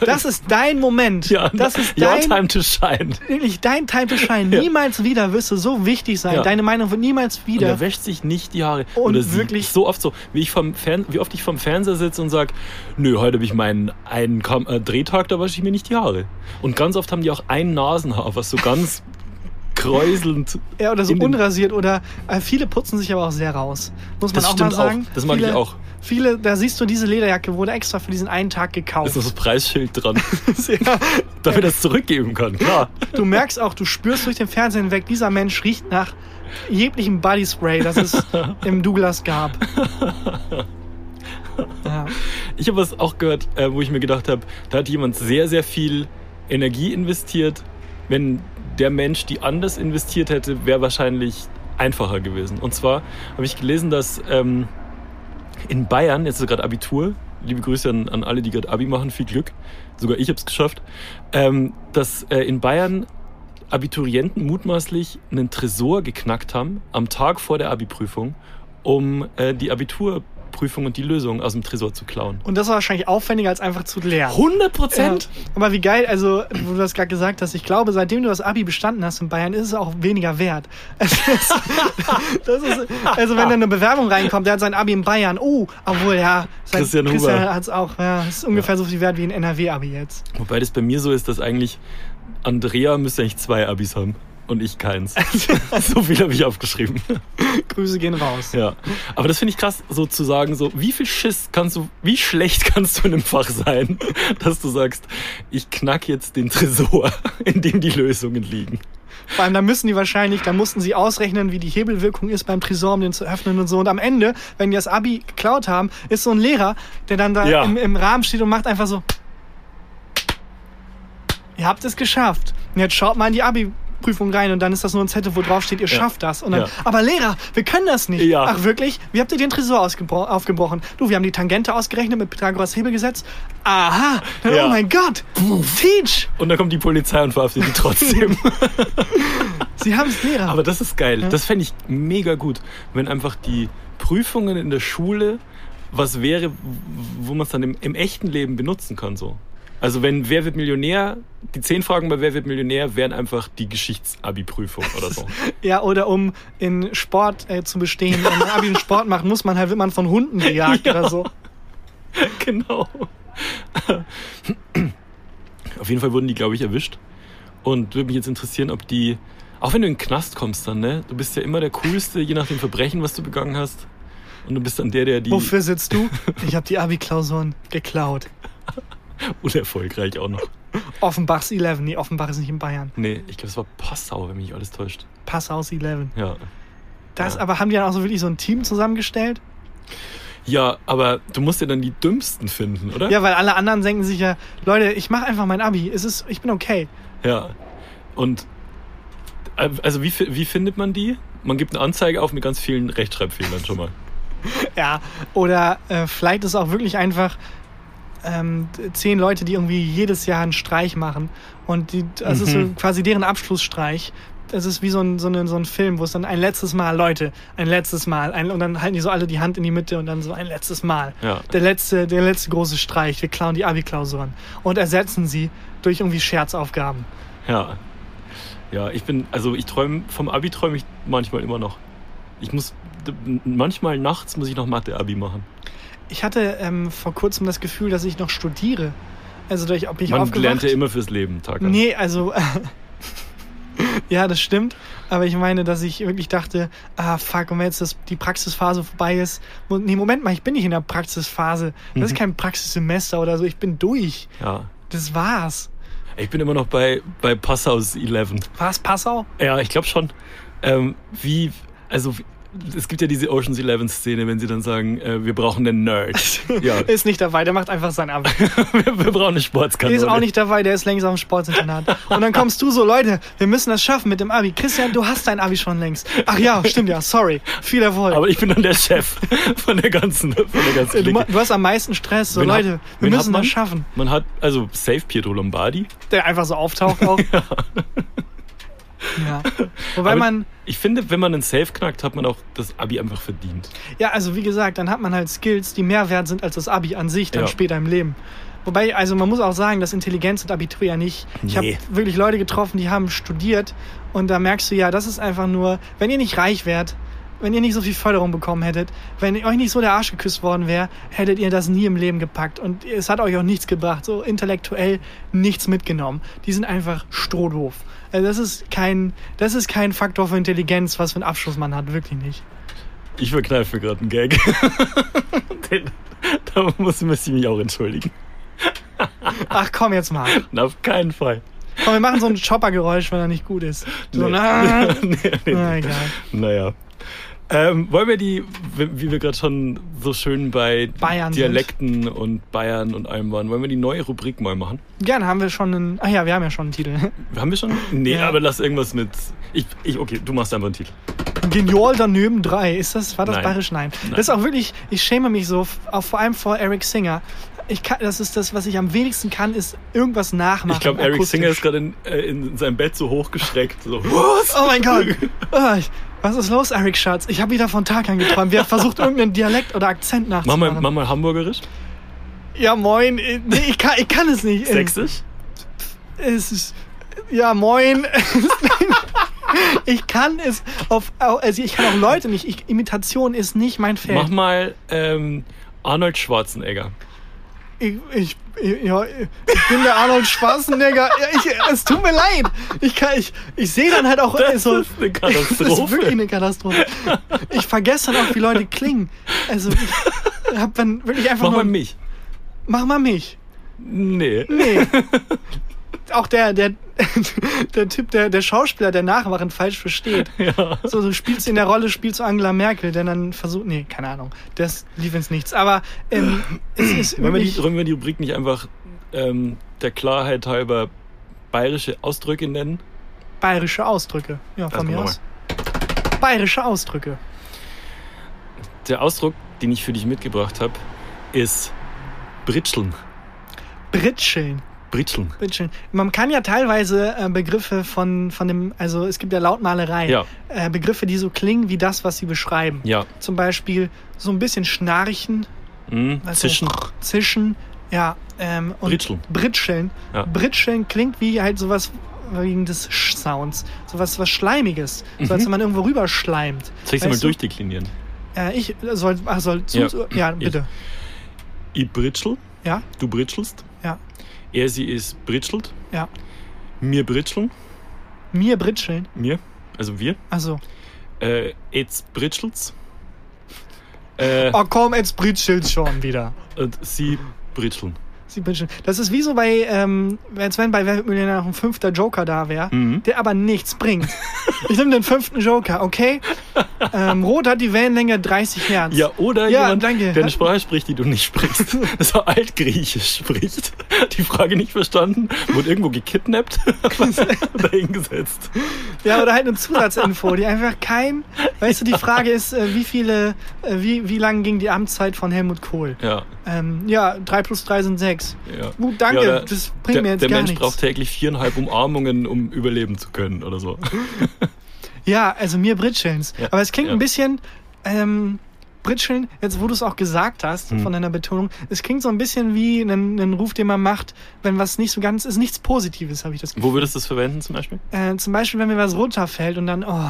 Speaker 1: Das ist dein Moment.
Speaker 2: Ja,
Speaker 1: das ist
Speaker 2: ja,
Speaker 1: dein,
Speaker 2: time to shine.
Speaker 1: wirklich dein Time to shine.
Speaker 2: Ja.
Speaker 1: Niemals wieder wirst du so wichtig sein.
Speaker 2: Ja.
Speaker 1: Deine Meinung wird niemals
Speaker 2: Und
Speaker 1: wieder.
Speaker 2: er wäscht sich nicht die Haare.
Speaker 1: Und
Speaker 2: Oder sie.
Speaker 1: wirklich-
Speaker 2: So oft so, wie, ich vom Fern wie oft ich vom Fernseher sitze und sage, nö, heute habe ich meinen einen Kam äh, Drehtag, da wasche ich mir nicht die Haare. Und ganz oft haben die auch ein Nasenhaar, was so ganz kräuselnd.
Speaker 1: Ja, oder so
Speaker 2: in den-
Speaker 1: unrasiert oder äh, viele putzen sich aber auch sehr raus. Muss man
Speaker 2: Das
Speaker 1: auch mal
Speaker 2: stimmt auch.
Speaker 1: sagen.
Speaker 2: Das mag ich
Speaker 1: viele,
Speaker 2: auch.
Speaker 1: Viele, da siehst du, diese Lederjacke wurde extra für diesen einen Tag
Speaker 2: Da ist
Speaker 1: gekauft.
Speaker 2: noch so ein Preisschild dran,
Speaker 1: ja,
Speaker 2: damit er es zurückgeben kann. Klar.
Speaker 1: du merkst auch, du spürst durch den Fernseher hinweg, dieser Mensch riecht nach jeglichem Bodyspray, das es im Douglas gab. Ja.
Speaker 2: Ich habe was auch gehört, äh, wo ich mir gedacht habe, da hat jemand sehr, sehr viel Energie investiert. Wenn der Mensch die anders investiert hätte, wäre wahrscheinlich einfacher gewesen. Und zwar habe ich gelesen, dass ähm, in Bayern, jetzt ist gerade Abitur, liebe Grüße an, an alle, die gerade Abi machen, viel Glück. Sogar ich habe es geschafft, ähm, dass äh, in Bayern Abiturienten mutmaßlich einen Tresor geknackt haben am Tag vor der Abi-Prüfung, um äh, die Abiturprüfung und die Lösung aus dem Tresor zu klauen.
Speaker 1: Und das war wahrscheinlich aufwendiger als einfach zu lernen.
Speaker 2: 100 Prozent?
Speaker 1: Ja, aber wie geil, also, wo du das gerade gesagt hast, ich glaube, seitdem du das Abi bestanden hast in Bayern, ist es auch weniger wert. Also, das ist, also wenn da eine Bewerbung reinkommt, der hat sein Abi in Bayern. Oh, obwohl, ja, sein
Speaker 2: Christian Huber.
Speaker 1: hat es auch. Ja, ist ungefähr so viel wert wie ein NRW-Abi jetzt.
Speaker 2: Wobei das bei mir so ist, dass eigentlich Andrea müsste eigentlich zwei Abis haben und ich keins. so viel habe ich aufgeschrieben.
Speaker 1: Grüße gehen raus.
Speaker 2: Ja. Aber das finde ich krass, so zu sagen, so, wie viel Schiss kannst du, wie schlecht kannst du in einem Fach sein, dass du sagst, ich knack jetzt den Tresor, in dem die Lösungen liegen.
Speaker 1: Vor allem, da müssen die wahrscheinlich, da mussten sie ausrechnen, wie die Hebelwirkung ist beim Tresor, um den zu öffnen und so. Und am Ende, wenn die das Abi geklaut haben, ist so ein Lehrer, der dann da
Speaker 2: Ja.
Speaker 1: im, im Rahmen steht und macht einfach so. Ihr habt es geschafft. Und jetzt schaut mal in die Abi-Prüfung rein und dann ist das nur ein Zettel, wo drauf steht, ihr schafft das. Und dann,
Speaker 2: Ja.
Speaker 1: aber Lehrer, wir können das nicht.
Speaker 2: Ja.
Speaker 1: Ach wirklich? Wie habt ihr den Tresor ausgebro- aufgebrochen? Du, wir haben die Tangente ausgerechnet mit Pythagoras Hebelgesetz. Aha.
Speaker 2: Ja.
Speaker 1: Oh mein Gott. Teach.
Speaker 2: Und dann kommt die Polizei und verhaftet die trotzdem.
Speaker 1: Sie haben es Lehrer.
Speaker 2: Aber das ist geil. Das fände ich mega gut, wenn einfach die Prüfungen in der Schule was wäre, wo man es dann im, im echten Leben benutzen kann. So. Also wenn Wer wird Millionär, die zehn Fragen bei Wer wird Millionär wären einfach die Geschichtsabi-Prüfung oder so.
Speaker 1: Ja, oder um in Sport äh, zu bestehen, wenn man Abi in Sport macht, muss man halt, wird man von Hunden gejagt oder so.
Speaker 2: genau. Auf jeden Fall wurden die, glaube ich, erwischt. Und würde mich jetzt interessieren, ob die, auch wenn du in den Knast kommst dann, ne? Du bist ja immer der Coolste, je nach dem Verbrechen, was du begangen hast. Und du bist dann der, der die
Speaker 1: Wofür sitzt du? Ich habe die Abi-Klausuren geklaut.
Speaker 2: unerfolgreich auch noch.
Speaker 1: Offenbachs 11. Nee, Offenbach ist nicht in Bayern.
Speaker 2: Nee, ich glaube, es war Passau, wenn mich nicht alles täuscht.
Speaker 1: Passaus 11.
Speaker 2: Ja.
Speaker 1: Das
Speaker 2: Ja.
Speaker 1: aber haben die dann auch so wirklich so ein Team zusammengestellt?
Speaker 2: Ja, aber du musst ja dann die dümmsten finden, oder?
Speaker 1: Ja, weil alle anderen denken sich ja, Leute, ich mache einfach mein Abi. Es ist, ich bin okay.
Speaker 2: Ja. Und äh, also wie, fi- wie findet man die? Man gibt eine Anzeige auf mit ganz vielen Rechtschreibfehlern schon mal.
Speaker 1: Ja. Oder äh, vielleicht ist auch wirklich einfach ähm, zehn Leute, die irgendwie jedes Jahr einen Streich machen. Und die, das ist so
Speaker 2: Mhm.
Speaker 1: quasi deren Abschlussstreich. Das ist wie so ein, so, ein, so ein Film, wo es dann ein letztes Mal, Leute, ein letztes Mal. Ein, und dann halten die so alle die Hand in die Mitte und dann so ein letztes Mal.
Speaker 2: Ja.
Speaker 1: Der, letzte, der letzte große Streich. Wir klauen die Abi-Klausuren und ersetzen sie durch irgendwie Scherzaufgaben.
Speaker 2: Ja. Ja, ich bin, also ich träume, vom Abi träume ich manchmal immer noch. Ich muss, d- manchmal nachts muss ich noch Mathe-Abi machen.
Speaker 1: Ich hatte ähm, vor kurzem das Gefühl, dass ich noch studiere. Also durch, ob ich
Speaker 2: Man
Speaker 1: aufgewacht
Speaker 2: lernt ja immer fürs Leben, Tag an.
Speaker 1: Nee, also. ja, das stimmt. Aber ich meine, dass ich wirklich dachte, ah, fuck, und wenn jetzt das, die Praxisphase vorbei ist. Mo- Nee, Moment mal, ich bin nicht in der Praxisphase. Das
Speaker 2: Mhm.
Speaker 1: ist kein Praxissemester oder so. Ich bin durch.
Speaker 2: Ja.
Speaker 1: Das war's.
Speaker 2: Ich bin immer noch bei, bei Passaus 11.
Speaker 1: War's Passau?
Speaker 2: Ja, ich glaube schon. Ähm, wie, also wie- es gibt ja diese Ocean's Eleven Szene, wenn sie dann sagen, äh, wir brauchen einen Nerd. Ja,
Speaker 1: Ist nicht dabei, der macht einfach sein Abi.
Speaker 2: wir, wir brauchen eine Sportskanone.
Speaker 1: Der ist auch nicht dabei, der ist längst auf dem Sportinternat. Und dann kommst du so, Leute, wir müssen das schaffen mit dem Abi. Christian, du hast dein Abi schon längst. Ach ja, stimmt ja, sorry. Viel Erfolg.
Speaker 2: Aber ich bin dann der Chef von der ganzen, von der ganzen
Speaker 1: Äh, du, ma-
Speaker 2: Clique.
Speaker 1: du hast am meisten Stress, so
Speaker 2: Wen hat-
Speaker 1: Leute, wir
Speaker 2: wen hat
Speaker 1: müssen
Speaker 2: man?
Speaker 1: das schaffen.
Speaker 2: Man hat, also safe Pietro Lombardi.
Speaker 1: Der einfach so auftaucht auch. ja. Wobei
Speaker 2: Aber
Speaker 1: man,
Speaker 2: Ich finde, wenn man einen Safe knackt, hat man auch das Abi einfach verdient.
Speaker 1: ja, also wie gesagt, dann hat man halt Skills, die mehr wert sind als das Abi an sich, dann
Speaker 2: Ja.
Speaker 1: später im Leben. Wobei, also man muss auch sagen, dass Intelligenz und Abitur ja nicht. Ich
Speaker 2: Nee.
Speaker 1: habe wirklich Leute getroffen, die haben studiert und da merkst du ja, das ist einfach nur, wenn ihr nicht reich wärt, wenn ihr nicht so viel Förderung bekommen hättet, wenn euch nicht so der Arsch geküsst worden wäre, hättet ihr das nie im Leben gepackt und es hat euch auch nichts gebracht, so intellektuell nichts mitgenommen. Die sind einfach strohdoof. Also das ist kein, das ist kein Faktor für Intelligenz, was für einen Abschluss man hat, wirklich nicht.
Speaker 2: Ich verkneife mir gerade einen Gag. Den, da muss, muss ich mich auch entschuldigen.
Speaker 1: Ach komm jetzt mal.
Speaker 2: Na, auf keinen Fall.
Speaker 1: Komm, wir machen so ein Chopper-Geräusch, wenn er nicht gut ist. So,
Speaker 2: Nee.
Speaker 1: na,
Speaker 2: nee, nee,
Speaker 1: na,
Speaker 2: nee.
Speaker 1: egal.
Speaker 2: Naja. Ähm, wollen wir die, wie wie wir gerade schon so schön bei
Speaker 1: Bayern sind.
Speaker 2: Dialekten und Bayern und allem waren, wollen wir die neue Rubrik mal machen?
Speaker 1: Gerne haben wir schon einen. Ach ja, wir haben ja schon einen Titel.
Speaker 2: Haben wir schon? Nee,
Speaker 1: Ja.
Speaker 2: aber lass irgendwas mit. Ich, ich, okay, du machst einfach einen Titel.
Speaker 1: Genial daneben 3. Ist das, war das
Speaker 2: Nein.
Speaker 1: bayerisch? Nein. Das ist auch wirklich, ich schäme mich so, f- auch vor allem vor Eric Singer. Ich kann, das ist das, was ich am wenigsten kann, ist irgendwas nachmachen.
Speaker 2: Ich glaube, Eric
Speaker 1: akustisch.
Speaker 2: Singer ist gerade in, äh, in seinem Bett so hochgeschreckt. So, was?
Speaker 1: Oh mein Gott. Ah, ich- was ist los, Eric Schatz? Ich habe wieder von Tarkan geträumt. Wir haben versucht, irgendeinen Dialekt oder Akzent
Speaker 2: Mach mal,
Speaker 1: nachzumachen.
Speaker 2: mach mal hamburgerisch.
Speaker 1: Ja, moin. Äh, Nee, ich kann, ich kann es nicht. Äh,
Speaker 2: Sächsisch?
Speaker 1: Es ist. Ja, moin. ich kann es auf. Also ich kann auch Leute nicht. Ich, Imitation ist nicht mein Feld.
Speaker 2: Mach mal ähm, Arnold Schwarzenegger.
Speaker 1: Ich, ich, ja, ich bin der Arnold Schwarzenegger. Ja, ich, es tut mir leid. Ich, kann, ich, ich sehe dann halt auch.
Speaker 2: Das
Speaker 1: also,
Speaker 2: ist eine
Speaker 1: Das ist wirklich
Speaker 2: Katastrophe.
Speaker 1: eine Katastrophe. Ich vergesse dann auch, wie Leute klingen. Also ich hab dann wirklich einfach
Speaker 2: Mach
Speaker 1: nur.
Speaker 2: mal mich.
Speaker 1: Mach mal mich.
Speaker 2: Nee.
Speaker 1: Nee. Auch der, der, der Typ, der, der Schauspieler, der Nachmachen falsch versteht.
Speaker 2: Ja.
Speaker 1: So, du spielst in der Rolle, spielst du Angela Merkel, denn dann versucht. Nee, keine Ahnung. Das lief ins Nichts. Aber ähm, es ist
Speaker 2: Wollen wir, die,
Speaker 1: wirklich.
Speaker 2: wollen wir die Rubrik nicht einfach ähm, der Klarheit halber bayerische Ausdrücke nennen?
Speaker 1: Bayerische Ausdrücke. Ja, von
Speaker 2: Also
Speaker 1: mir
Speaker 2: nochmal.
Speaker 1: aus. Bayerische Ausdrücke.
Speaker 2: Der Ausdruck, den ich für dich mitgebracht habe, ist Britscheln.
Speaker 1: Britscheln.
Speaker 2: Britscheln.
Speaker 1: Britscheln. Man kann ja teilweise äh, Begriffe von, von dem, also es gibt ja Lautmalerei,
Speaker 2: Ja.
Speaker 1: äh, Begriffe, die so klingen wie das, was sie beschreiben.
Speaker 2: Ja.
Speaker 1: Zum Beispiel so ein bisschen schnarchen,
Speaker 2: Mhm.
Speaker 1: also
Speaker 2: Zischen.
Speaker 1: zischen, ja. Ähm, und
Speaker 2: Britscheln.
Speaker 1: Britscheln.
Speaker 2: Ja.
Speaker 1: Britscheln klingt wie halt sowas wegen des Sch-Sounds. Sowas was Schleimiges. So als wenn man irgendwo rüberschleimt.
Speaker 2: Soll ich sie Mhm. mal
Speaker 1: Weißt du?
Speaker 2: durchdeklinieren?
Speaker 1: Äh, ich soll, ach, soll zu,
Speaker 2: Ja.
Speaker 1: ja. ja, bitte.
Speaker 2: Ich britschel,
Speaker 1: Ja,
Speaker 2: du britschelst.
Speaker 1: ja,
Speaker 2: Er, sie ist britschelt.
Speaker 1: ja.
Speaker 2: Mir britscheln.
Speaker 1: Mir Britscheln.
Speaker 2: Mir. Also wir.
Speaker 1: Also,
Speaker 2: Äh, jetzt britschelt's. Äh,
Speaker 1: oh komm, jetzt Britschelt schon wieder.
Speaker 2: Und sie britscheln.
Speaker 1: Sie britscheln. Das ist wie so bei, ähm, als wenn bei Wer wird Millionär noch ein fünfter Joker da wäre,
Speaker 2: Mhm.
Speaker 1: der aber nichts bringt. ich nehme den fünften Joker, okay? Ähm, Rot hat die Wellenlänge 30 Hertz.
Speaker 2: Ja, oder
Speaker 1: Ja,
Speaker 2: jemand,
Speaker 1: danke.
Speaker 2: der eine Sprache spricht, die du nicht sprichst. So altgriechisch spricht. Die Frage nicht verstanden, wurde irgendwo gekidnappt und dahingesetzt.
Speaker 1: Ja, oder halt eine Zusatzinfo, die einfach kein. Weißt du, die Frage ist, äh, wie viele, äh, wie, wie lang ging die Amtszeit von Helmut Kohl?
Speaker 2: Ja,
Speaker 1: Ähm, ja, 3 plus 3 sind 6.
Speaker 2: ja.
Speaker 1: Gut, Uh, danke,
Speaker 2: Ja, oder
Speaker 1: das bringt
Speaker 2: Der,
Speaker 1: mir jetzt
Speaker 2: der
Speaker 1: gar
Speaker 2: Mensch
Speaker 1: nichts.
Speaker 2: braucht täglich viereinhalb Umarmungen, um überleben zu können oder so.
Speaker 1: Ja, also mir Britschelns.
Speaker 2: Ja,
Speaker 1: Aber es klingt
Speaker 2: ja.
Speaker 1: ein bisschen ähm, Britscheln, jetzt wo du es auch gesagt hast,
Speaker 2: Hm.
Speaker 1: von deiner Betonung, es klingt so ein bisschen wie ein, ein Ruf, den man macht, wenn was nicht so ganz ist, nichts Positives, habe ich das Gefühl.
Speaker 2: Wo würdest du es verwenden zum Beispiel?
Speaker 1: Äh, zum Beispiel, wenn mir was runterfällt und dann, oh,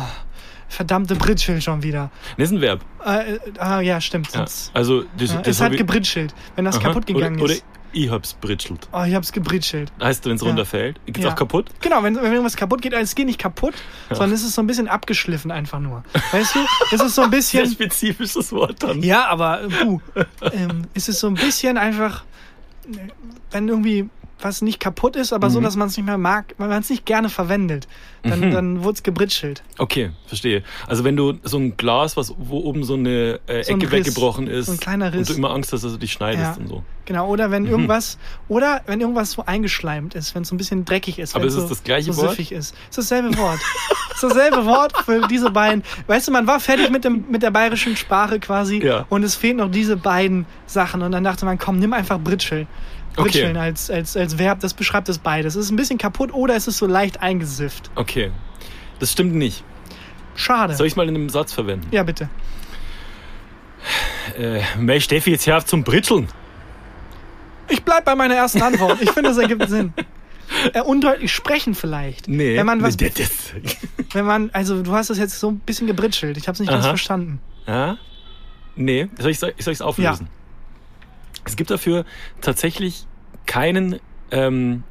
Speaker 1: verdammte Britscheln schon wieder.
Speaker 2: Nee, ist ein Verb.
Speaker 1: Äh, äh, ah, ja, stimmt.
Speaker 2: Ja.
Speaker 1: Sonst,
Speaker 2: Also, das,
Speaker 1: äh,
Speaker 2: das
Speaker 1: es hat
Speaker 2: hab ich-
Speaker 1: gebritschelt, wenn das
Speaker 2: Aha.
Speaker 1: kaputt gegangen
Speaker 2: oder,
Speaker 1: ist.
Speaker 2: Oder ich hab's britschelt.
Speaker 1: Oh, ich hab's gebritschelt.
Speaker 2: Heißt, wenn es
Speaker 1: Ja.
Speaker 2: runterfällt, geht's
Speaker 1: Ja.
Speaker 2: auch kaputt?
Speaker 1: Genau, wenn, wenn irgendwas kaputt geht, also es geht nicht kaputt, sondern es ist so ein bisschen abgeschliffen einfach nur. Weißt du? Es ist so ein
Speaker 2: Sehr
Speaker 1: bisschen.
Speaker 2: spezifisches Wort dann.
Speaker 1: Ja, aber äh, puh, ähm, es ist so ein bisschen einfach, äh, wenn irgendwie was nicht kaputt ist, aber so,
Speaker 2: Mhm.
Speaker 1: dass man es nicht mehr mag, weil man es nicht gerne verwendet. Dann,
Speaker 2: Mhm.
Speaker 1: dann wurde es gebritschelt.
Speaker 2: Okay, verstehe. Also wenn du so ein Glas, was wo oben so eine äh,
Speaker 1: So ein
Speaker 2: Ecke
Speaker 1: Riss,
Speaker 2: weggebrochen ist
Speaker 1: so ein kleiner
Speaker 2: und
Speaker 1: Riss.
Speaker 2: du immer Angst hast, dass du dich schneidest
Speaker 1: Ja.
Speaker 2: und so. Mhm.
Speaker 1: Genau, oder wenn irgendwas, oder wenn irgendwas so eingeschleimt ist, wenn es so ein bisschen dreckig ist.
Speaker 2: Aber
Speaker 1: wenn
Speaker 2: ist es
Speaker 1: so,
Speaker 2: das gleiche
Speaker 1: so
Speaker 2: Wort?
Speaker 1: Süffig ist. Es ist dasselbe Wort. es ist dasselbe Wort für diese beiden. Weißt du, man war fertig mit, dem, mit der bayerischen Sprache quasi
Speaker 2: Ja.
Speaker 1: und es fehlen noch diese beiden Sachen. Und dann dachte man, komm, nimm einfach Britscheln.
Speaker 2: Okay.
Speaker 1: Britscheln als, als, als Verb, das beschreibt das beides. Es ist ein bisschen kaputt oder es ist so leicht eingesifft.
Speaker 2: Okay. Das stimmt nicht.
Speaker 1: Schade.
Speaker 2: Soll ich mal in einem Satz verwenden?
Speaker 1: ja, bitte.
Speaker 2: Äh, Mei Steffi, jetzt her zum Britscheln.
Speaker 1: Ich bleib bei meiner ersten Antwort. Ich finde, es ergibt Sinn. Äh, undeutlich sprechen vielleicht. Wenn man was,
Speaker 2: Nee, das-
Speaker 1: wenn man, also du hast das jetzt so ein bisschen gebritschelt. Ich habe es nicht ganz
Speaker 2: Aha.
Speaker 1: verstanden.
Speaker 2: Ja? Nee, soll ich es auflösen? Es gibt dafür tatsächlich keinen ähm,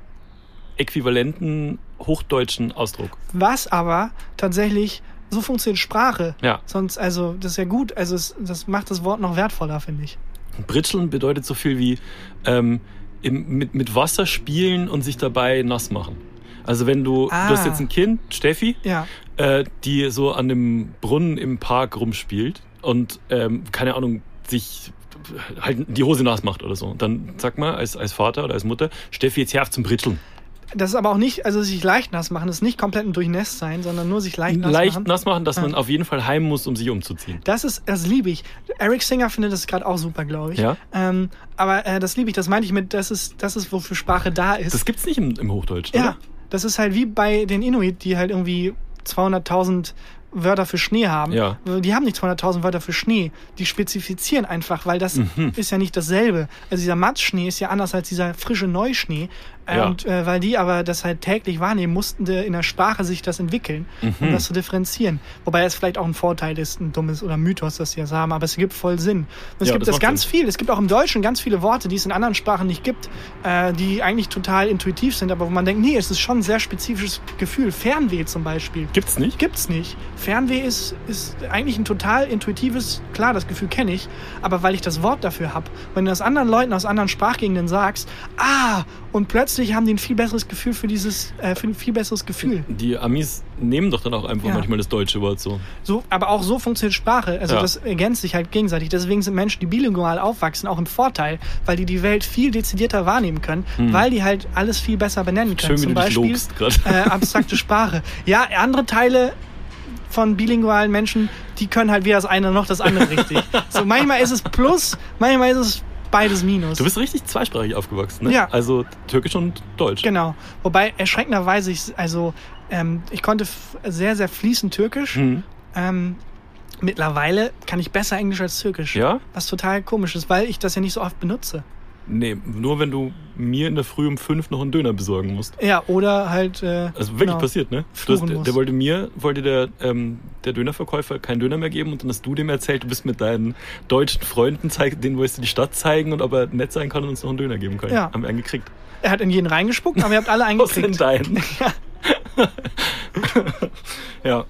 Speaker 2: äquivalenten hochdeutschen Ausdruck.
Speaker 1: Was aber tatsächlich so funktioniert Sprache.
Speaker 2: Ja.
Speaker 1: Sonst, also das ist ja gut. Also es, das macht das Wort noch wertvoller, finde ich.
Speaker 2: Britscheln bedeutet so viel wie ähm, im, mit, mit Wasser spielen und sich dabei nass machen. Also wenn du,
Speaker 1: Ah.
Speaker 2: du hast jetzt ein Kind, Steffi,
Speaker 1: Ja,
Speaker 2: äh, die so an dem Brunnen im Park rumspielt und ähm, keine Ahnung, sich halt die Hose nass macht oder so. Dann sag mal als, als Vater oder als Mutter, Steffi, jetzt her zum Britscheln.
Speaker 1: das ist aber auch nicht, also sich leicht nass machen, das ist nicht komplett ein Durchnässt sein, sondern nur sich leicht nass
Speaker 2: Leicht
Speaker 1: machen.
Speaker 2: nass machen, dass
Speaker 1: Ja.
Speaker 2: man auf jeden Fall heim muss, um sich umzuziehen.
Speaker 1: Das ist, das liebe ich. Eric Singer findet das gerade auch super, glaube ich.
Speaker 2: Ja.
Speaker 1: Ähm, aber äh, das liebe ich. Das meinte ich mit, das ist, das ist, wofür Sprache da ist.
Speaker 2: Das gibt's nicht im, im Hochdeutsch,
Speaker 1: Ja,
Speaker 2: oder?
Speaker 1: das ist halt wie bei den Inuit, die halt irgendwie 200.000 Wörter für Schnee haben.
Speaker 2: Ja.
Speaker 1: Die haben nicht 200.000 Wörter für Schnee. Die spezifizieren einfach, weil das
Speaker 2: Mhm.
Speaker 1: ist ja nicht dasselbe. Also dieser Matschschnee ist ja anders als dieser frische Neuschnee. Äh,
Speaker 2: Ja.
Speaker 1: Und äh, weil die aber das halt täglich wahrnehmen, mussten die in der Sprache sich das entwickeln,
Speaker 2: Mhm.
Speaker 1: um das zu differenzieren. Wobei es vielleicht auch ein Vorteil ist, ein dummes oder Mythos, dass sie das haben, aber es gibt voll Sinn. Und es
Speaker 2: Ja,
Speaker 1: gibt
Speaker 2: das
Speaker 1: das
Speaker 2: macht
Speaker 1: ganz
Speaker 2: Sinn.
Speaker 1: viel. Es gibt auch im Deutschen ganz viele Worte, die es in anderen Sprachen nicht gibt, äh, die eigentlich total intuitiv sind, aber wo man denkt, nee, es ist schon ein sehr spezifisches Gefühl. Fernweh zum Beispiel.
Speaker 2: Gibt's nicht?
Speaker 1: Gibt's nicht. Fernweh ist, ist eigentlich ein total intuitives, klar, das Gefühl kenne ich, aber weil ich das Wort dafür habe. Wenn du das anderen Leuten aus anderen Sprachgegenden sagst, ah, und plötzlich haben die ein viel besseres Gefühl für dieses, äh, für ein viel besseres Gefühl.
Speaker 2: Die Amis nehmen doch dann auch einfach
Speaker 1: Ja.
Speaker 2: manchmal das deutsche Wort so.
Speaker 1: So, aber auch so funktioniert Sprache. Also
Speaker 2: Ja.
Speaker 1: das ergänzt sich halt gegenseitig. Deswegen sind Menschen, die bilingual aufwachsen, auch im Vorteil, weil die die Welt viel dezidierter wahrnehmen können, weil die halt alles viel besser benennen können.
Speaker 2: Hm. Schön,
Speaker 1: Zum
Speaker 2: wie du dich
Speaker 1: Beispiel
Speaker 2: lobst gerade.
Speaker 1: äh, abstrakte Sprache. Ja, andere Teile von bilingualen Menschen, die können halt weder das eine noch das andere richtig. So manchmal ist es Plus, manchmal ist es beides Minus.
Speaker 2: Du bist richtig zweisprachig aufgewachsen, ne?
Speaker 1: Ja.
Speaker 2: Also türkisch und deutsch.
Speaker 1: Genau. Wobei erschreckenderweise ich also ähm, ich konnte f- sehr sehr fließend Türkisch.
Speaker 2: Mhm.
Speaker 1: Ähm, mittlerweile kann ich besser Englisch als Türkisch.
Speaker 2: Ja?
Speaker 1: Was total komisch ist, weil ich das ja nicht so oft benutze.
Speaker 2: Nee, nur wenn du mir in der Früh um fünf noch einen Döner besorgen musst.
Speaker 1: Ja, oder halt. Äh,
Speaker 2: Also wirklich
Speaker 1: genau.
Speaker 2: passiert, ne? Du
Speaker 1: Fluchen
Speaker 2: hast, der,
Speaker 1: muss.
Speaker 2: der wollte mir, wollte der, ähm, der Dönerverkäufer keinen Döner mehr geben und dann hast du dem erzählt, du bist mit deinen deutschen Freunden, zeig, denen wolltest du die Stadt zeigen und ob er nett sein kann und uns noch einen Döner geben kann.
Speaker 1: Ja.
Speaker 2: Haben wir einen gekriegt.
Speaker 1: Er hat in jeden reingespuckt, aber ihr habt alle
Speaker 2: Was denn
Speaker 1: eingekriegt.
Speaker 2: dein? ja.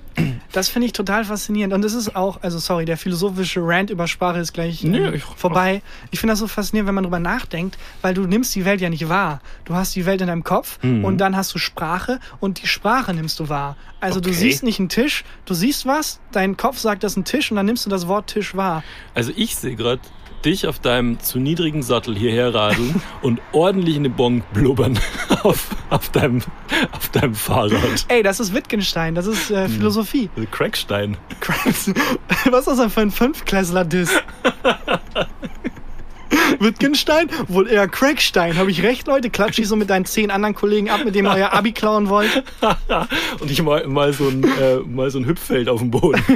Speaker 1: Das finde ich total faszinierend. Und es ist auch, also sorry, der philosophische Rant über Sprache ist gleich ähm,
Speaker 2: Nö, ich-
Speaker 1: vorbei. Ich finde das so faszinierend, wenn man drüber nachdenkt, weil du nimmst die Welt ja nicht wahr. Du hast die Welt in deinem Kopf
Speaker 2: Mhm.
Speaker 1: und dann hast du Sprache und die Sprache nimmst du wahr. Also du
Speaker 2: Okay.
Speaker 1: siehst nicht einen Tisch, du siehst was, dein Kopf sagt, das ist ein Tisch und dann nimmst du das Wort Tisch wahr.
Speaker 2: Also ich sehe gerade dich auf deinem zu niedrigen Sattel hierher radeln und ordentlich eine Bonk blubbern auf, auf, deinem, auf deinem Fahrrad.
Speaker 1: Ey, das ist Wittgenstein, das ist äh, Philosophie.
Speaker 2: Also Crackstein.
Speaker 1: Was ist das denn für ein Fünfklässler-Diss? Wittgenstein? Wohl eher Crackstein. Habe ich recht, Leute? Klatsch ich so mit deinen zehn anderen Kollegen ab, mit dem ihr euer Abi klauen wollt?
Speaker 2: Und ich mal, mal, so ein, äh, mal so ein Hüpffeld auf dem Boden.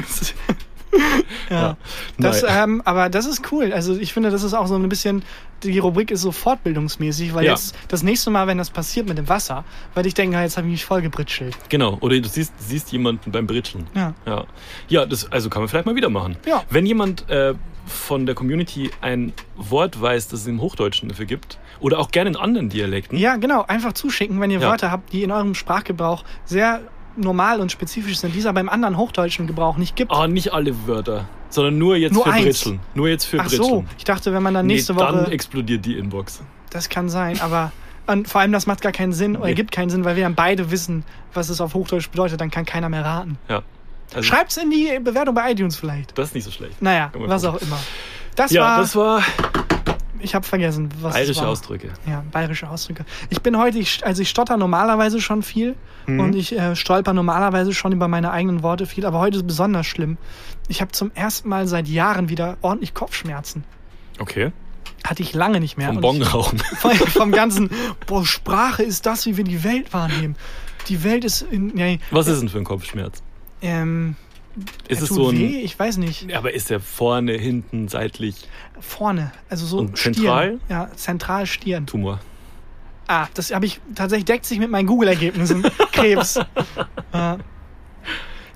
Speaker 1: Ja. Das, ähm, aber das ist cool. Also ich finde, das ist auch so ein bisschen, die Rubrik ist so fortbildungsmäßig, weil
Speaker 2: Ja.
Speaker 1: jetzt das nächste Mal, wenn das passiert mit dem Wasser, weil ich denke, jetzt habe ich mich voll gebritschelt.
Speaker 2: Genau, oder du siehst, siehst jemanden beim Britscheln.
Speaker 1: äh, Ja.
Speaker 2: Ja, ja das, also kann man vielleicht mal wieder machen.
Speaker 1: Ja.
Speaker 2: Wenn jemand äh, von der Community ein Wort weiß, das es im Hochdeutschen dafür gibt, oder auch gerne in anderen Dialekten,
Speaker 1: Ja, genau. Einfach zuschicken, wenn ihr
Speaker 2: Ja.
Speaker 1: Wörter habt, die in eurem Sprachgebrauch sehr normal und spezifisch sind, die es aber im anderen hochdeutschen Gebrauch nicht gibt.
Speaker 2: ah, nicht alle Wörter, sondern nur jetzt
Speaker 1: Nur
Speaker 2: für
Speaker 1: eins.
Speaker 2: Britscheln. Nur jetzt für
Speaker 1: Ach
Speaker 2: Britscheln.
Speaker 1: so, ich dachte, wenn man dann nächste
Speaker 2: nee,
Speaker 1: Woche.
Speaker 2: dann explodiert die Inbox.
Speaker 1: Das kann sein, aber. Und vor allem, das macht gar keinen Sinn, oder
Speaker 2: Nee.
Speaker 1: ergibt keinen Sinn, weil wir dann beide wissen, was es auf Hochdeutsch bedeutet. Dann kann keiner mehr raten.
Speaker 2: Ja. Also,
Speaker 1: Schreibt's in die Bewertung bei iTunes vielleicht.
Speaker 2: Das ist nicht so schlecht.
Speaker 1: Naja,
Speaker 2: Kann man
Speaker 1: was
Speaker 2: gucken.
Speaker 1: auch immer. Das
Speaker 2: ja,
Speaker 1: war,
Speaker 2: das war
Speaker 1: ich habe vergessen, was es
Speaker 2: bayerische
Speaker 1: war.
Speaker 2: Ausdrücke.
Speaker 1: Ja, bayerische Ausdrücke. Ich bin heute, ich, also ich stotter normalerweise schon viel
Speaker 2: Mhm.
Speaker 1: und ich äh, stolper normalerweise schon über meine eigenen Worte viel, aber heute ist besonders schlimm. Ich habe zum ersten Mal seit Jahren wieder ordentlich Kopfschmerzen.
Speaker 2: Okay.
Speaker 1: Hatte ich lange nicht mehr.
Speaker 2: Vom
Speaker 1: Und
Speaker 2: Bon rauchen.
Speaker 1: Ich, vom, vom ganzen, boah, Sprache ist das, wie wir die Welt wahrnehmen. Die Welt ist in, nee,
Speaker 2: Was ist denn für ein Kopfschmerz?
Speaker 1: ähm,
Speaker 2: Ist es
Speaker 1: tut
Speaker 2: so ein.
Speaker 1: weh, ich weiß nicht.
Speaker 2: Ja, Aber ist er vorne, hinten, seitlich?
Speaker 1: Vorne, also so
Speaker 2: Und
Speaker 1: Stirn.
Speaker 2: zentral?
Speaker 1: Ja, zentral Stirn.
Speaker 2: Tumor.
Speaker 1: Ah, das habe ich tatsächlich deckt sich mit meinen Google-Ergebnissen. Krebs. Ja.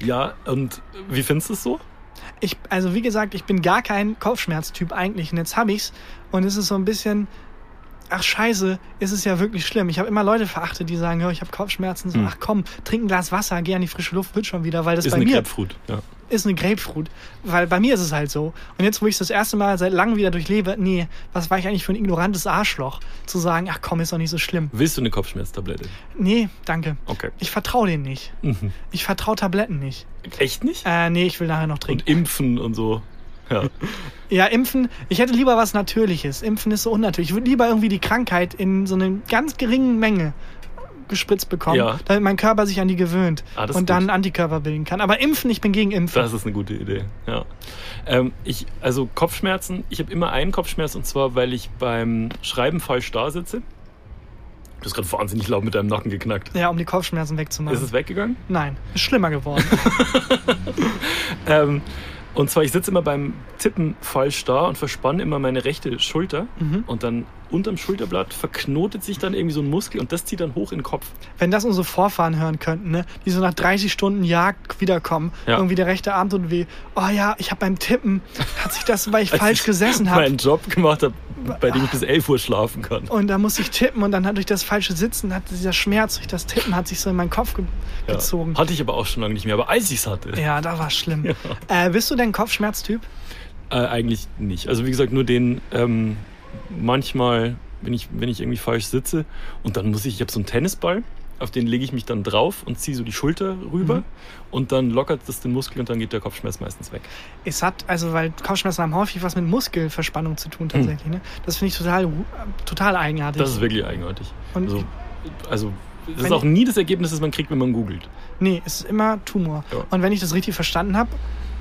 Speaker 2: Ja, und wie findest du es so?
Speaker 1: ich, also wie gesagt, ich bin gar kein Kopfschmerztyp eigentlich und jetzt hab ich's und es ist so ein bisschen, ach scheiße, ist es ja wirklich schlimm. Ich habe immer Leute verachtet, die sagen, ja, ich habe Kopfschmerzen, so,
Speaker 2: Hm.
Speaker 1: ach komm, trink ein Glas Wasser, geh an die frische Luft, wird schon wieder, weil das
Speaker 2: ist
Speaker 1: bei
Speaker 2: eine
Speaker 1: mir
Speaker 2: Grapefruit. Ja.
Speaker 1: ist eine Grapefruit, weil bei mir ist es halt so. Und jetzt, wo ich das erste Mal seit langem wieder durchlebe, nee, was war ich eigentlich für ein ignorantes Arschloch, zu sagen, ach komm, ist doch nicht so schlimm.
Speaker 2: Willst du eine Kopfschmerztablette?
Speaker 1: Nee, danke.
Speaker 2: Okay.
Speaker 1: Ich vertraue denen nicht.
Speaker 2: Mhm.
Speaker 1: Ich vertraue Tabletten nicht.
Speaker 2: Echt nicht?
Speaker 1: Äh, nee, ich will nachher noch trinken.
Speaker 2: Und impfen und so. Ja.
Speaker 1: Ja, impfen. Ich hätte lieber was Natürliches. Impfen ist so unnatürlich. Ich würde lieber irgendwie die Krankheit in so einer ganz geringen Menge gespritzt bekommen,
Speaker 2: Ja.
Speaker 1: damit mein Körper sich an die gewöhnt
Speaker 2: Ah, das ist
Speaker 1: und dann
Speaker 2: gut.
Speaker 1: Antikörper bilden kann. Aber impfen, ich bin gegen Impfen.
Speaker 2: Das ist eine gute Idee. Ja. Ähm, ich, also Kopfschmerzen, ich habe immer einen Kopfschmerz und zwar, weil ich beim Schreiben falsch da sitze. Du hast gerade wahnsinnig laut mit deinem Nacken geknackt.
Speaker 1: ja, um die Kopfschmerzen wegzumachen.
Speaker 2: Ist es weggegangen?
Speaker 1: Nein, ist schlimmer geworden.
Speaker 2: Ähm, und zwar, ich sitze immer beim Tippen falsch da und verspanne immer meine rechte Schulter.
Speaker 1: Mhm.
Speaker 2: Und dann unterm Schulterblatt verknotet sich dann irgendwie so ein Muskel und das zieht dann hoch in den Kopf.
Speaker 1: Wenn das unsere Vorfahren hören könnten, ne? die so nach 30 Stunden Jagd wiederkommen,
Speaker 2: Ja.
Speaker 1: irgendwie der rechte Arm tut weh. Oh ja, ich habe beim Tippen, hat sich das, weil ich
Speaker 2: Als
Speaker 1: falsch
Speaker 2: ich
Speaker 1: gesessen habe.
Speaker 2: Meinen Job gemacht habe, bei dem ich bis 11 Uhr schlafen kann.
Speaker 1: Und da musste ich tippen und dann hat durch das falsche Sitzen, hat dieser Schmerz durch das Tippen, hat sich so in meinen Kopf ge
Speaker 2: Ja.
Speaker 1: gezogen.
Speaker 2: Hatte ich aber auch schon lange nicht mehr. Aber als ich es hatte,
Speaker 1: Ja, da war schlimm. Äh, bist du denn Kopfschmerztyp?
Speaker 2: äh, eigentlich nicht. Also wie gesagt, nur den ähm, manchmal, wenn ich, wenn ich irgendwie falsch sitze und dann muss ich, ich habe so einen Tennisball, auf den lege ich mich dann drauf und ziehe so die Schulter rüber
Speaker 1: Mhm.
Speaker 2: und dann lockert das den Muskel und dann geht der Kopfschmerz meistens weg.
Speaker 1: Es hat, also weil Kopfschmerzen haben häufig was mit Muskelverspannung zu tun tatsächlich. Ne? Das finde ich total, ru- äh, total eigenartig.
Speaker 2: Hm. Das ist wirklich eigenartig.
Speaker 1: Und
Speaker 2: Also, also das
Speaker 1: Wenn
Speaker 2: ist auch
Speaker 1: ich-
Speaker 2: nie das Ergebnis, das man kriegt, wenn man googelt.
Speaker 1: nee, es ist immer Tumor.
Speaker 2: Ja.
Speaker 1: Und wenn ich das richtig verstanden habe,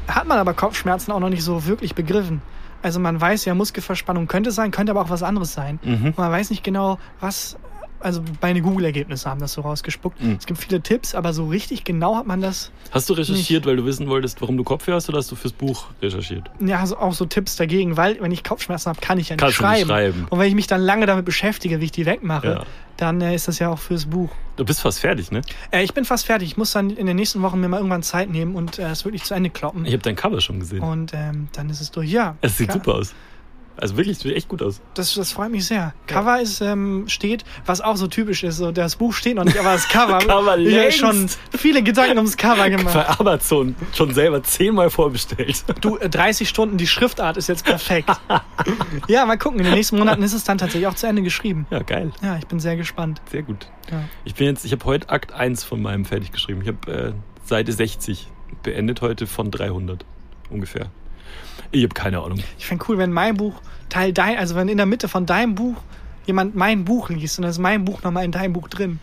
Speaker 1: hat man aber Kopfschmerzen auch noch nicht so wirklich begriffen. Also man weiß ja, Muskelverspannung könnte es sein, könnte aber auch was anderes sein.
Speaker 2: Mhm.
Speaker 1: Man weiß nicht genau, was. Also meine Google-Ergebnisse haben das so rausgespuckt.
Speaker 2: Mhm.
Speaker 1: Es gibt viele Tipps, aber so richtig genau hat man das.
Speaker 2: Hast du recherchiert, weil du wissen wolltest, warum du Kopfweh hast, oder hast du fürs Buch recherchiert?
Speaker 1: Ja, also auch so Tipps dagegen, weil wenn ich Kopfschmerzen habe, kann ich ja nicht,
Speaker 2: Kannst du
Speaker 1: schreiben.
Speaker 2: nicht schreiben.
Speaker 1: Und wenn ich mich dann lange damit beschäftige, wie ich die wegmache,
Speaker 2: Ja.
Speaker 1: dann äh, ist das ja auch fürs Buch.
Speaker 2: Du bist fast fertig, ne?
Speaker 1: Äh, ich bin fast fertig. Ich muss dann in den nächsten Wochen mir mal irgendwann Zeit nehmen und äh, es wirklich zu Ende kloppen.
Speaker 2: Ich habe dein Cover schon gesehen.
Speaker 1: Und ähm, dann ist es durch. Ja.
Speaker 2: es sieht
Speaker 1: Ka-
Speaker 2: super aus. Also wirklich, sieht echt gut aus.
Speaker 1: Das, das freut mich sehr. Cover ist, ähm, steht, was auch so typisch ist. So, das Buch steht noch nicht, aber das Cover.
Speaker 2: Cover
Speaker 1: ich habe
Speaker 2: längst.
Speaker 1: schon viele Gedanken ums Cover
Speaker 2: Bei
Speaker 1: gemacht.
Speaker 2: Amazon schon selber zehnmal vorbestellt.
Speaker 1: Du, äh, 30 Stunden, die Schriftart ist jetzt perfekt. ja, mal gucken. In den nächsten Monaten ist es dann tatsächlich auch zu Ende geschrieben.
Speaker 2: Ja, geil.
Speaker 1: Ja, ich bin sehr gespannt.
Speaker 2: Sehr gut.
Speaker 1: Ja.
Speaker 2: Ich bin jetzt, ich habe heute Akt 1 von meinem fertig geschrieben. Ich habe äh, Seite 60 beendet heute von 300 ungefähr. Ich habe keine Ahnung.
Speaker 1: Ich fände cool, wenn mein Buch Teil dein, also wenn in der Mitte von deinem Buch jemand mein Buch liest und dann ist mein Buch nochmal in deinem Buch drin.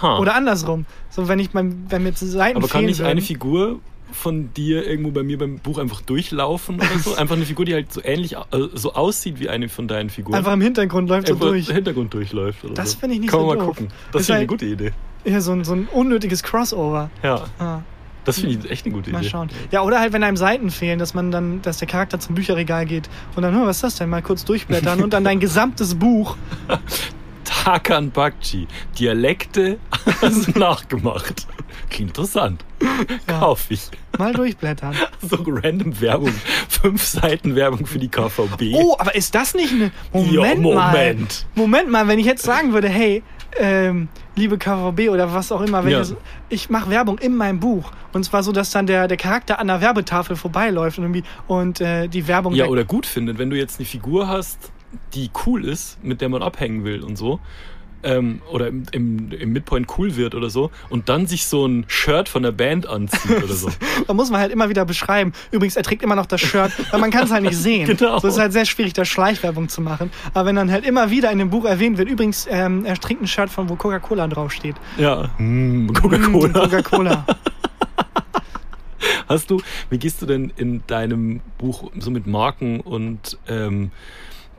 Speaker 2: Ha.
Speaker 1: Oder andersrum. So, wenn ich mein, wenn mir zu Seiten
Speaker 2: Ah. Aber kann
Speaker 1: fehlen
Speaker 2: nicht
Speaker 1: würden.
Speaker 2: eine Figur von dir irgendwo bei mir beim Buch einfach durchlaufen oder so? Einfach eine Figur, die halt so ähnlich äh, so aussieht wie eine von deinen Figuren.
Speaker 1: Einfach im Hintergrund läuft so
Speaker 2: Einfach
Speaker 1: durch.
Speaker 2: im Hintergrund durchläuft. Oder
Speaker 1: Das
Speaker 2: so.
Speaker 1: finde ich nicht
Speaker 2: Kann
Speaker 1: so
Speaker 2: man mal
Speaker 1: doof.
Speaker 2: gucken. Das
Speaker 1: Ist
Speaker 2: finde ich eine
Speaker 1: halt-
Speaker 2: gute Idee.
Speaker 1: Ja, so ein, so ein unnötiges Crossover.
Speaker 2: Ja,
Speaker 1: Ja,
Speaker 2: das finde ich echt eine gute
Speaker 1: mal
Speaker 2: Idee.
Speaker 1: schauen. Ja, oder halt, wenn einem Seiten fehlen, dass man dann, dass der Charakter zum Bücherregal geht und dann, "Hm, was ist das denn? Mal kurz durchblättern und dann dein gesamtes Buch.
Speaker 2: Takan Bakchi. Dialekte also nachgemacht. Klingt interessant.
Speaker 1: Ja.
Speaker 2: Kauf ich.
Speaker 1: Mal durchblättern.
Speaker 2: So random Werbung. Fünf Seiten Werbung für die KVB.
Speaker 1: Oh, aber ist das nicht eine. Moment,
Speaker 2: Ja,
Speaker 1: mal.
Speaker 2: Moment.
Speaker 1: Moment mal, wenn ich jetzt sagen würde, hey, ähm, liebe KVB oder was auch immer, wenn
Speaker 2: Ja.
Speaker 1: das, ich mache Werbung in meinem Buch. Und zwar so, dass dann der, der Charakter an der Werbetafel vorbeiläuft und, irgendwie, und äh, die Werbung.
Speaker 2: Ja,
Speaker 1: weg-
Speaker 2: oder gut findet, wenn du jetzt eine Figur hast, die cool ist, mit der man abhängen will und so. Ähm, oder im, im, im Midpoint cool wird oder so und dann sich so ein Shirt von der Band anzieht oder so.
Speaker 1: Da muss man halt immer wieder beschreiben. Übrigens, er trägt immer noch das Shirt, weil man kann es halt nicht sehen.
Speaker 2: Genau.
Speaker 1: So ist es halt sehr schwierig, da Schleichwerbung zu machen. Aber wenn dann halt immer wieder in dem Buch erwähnt wird, übrigens, ähm, er trägt ein Shirt von, wo Coca-Cola draufsteht.
Speaker 2: Ja, mm,
Speaker 1: Mm,
Speaker 2: Coca-Cola.
Speaker 1: Coca-Cola.
Speaker 2: Hast du, wie gehst du denn in deinem Buch so mit Marken und ähm,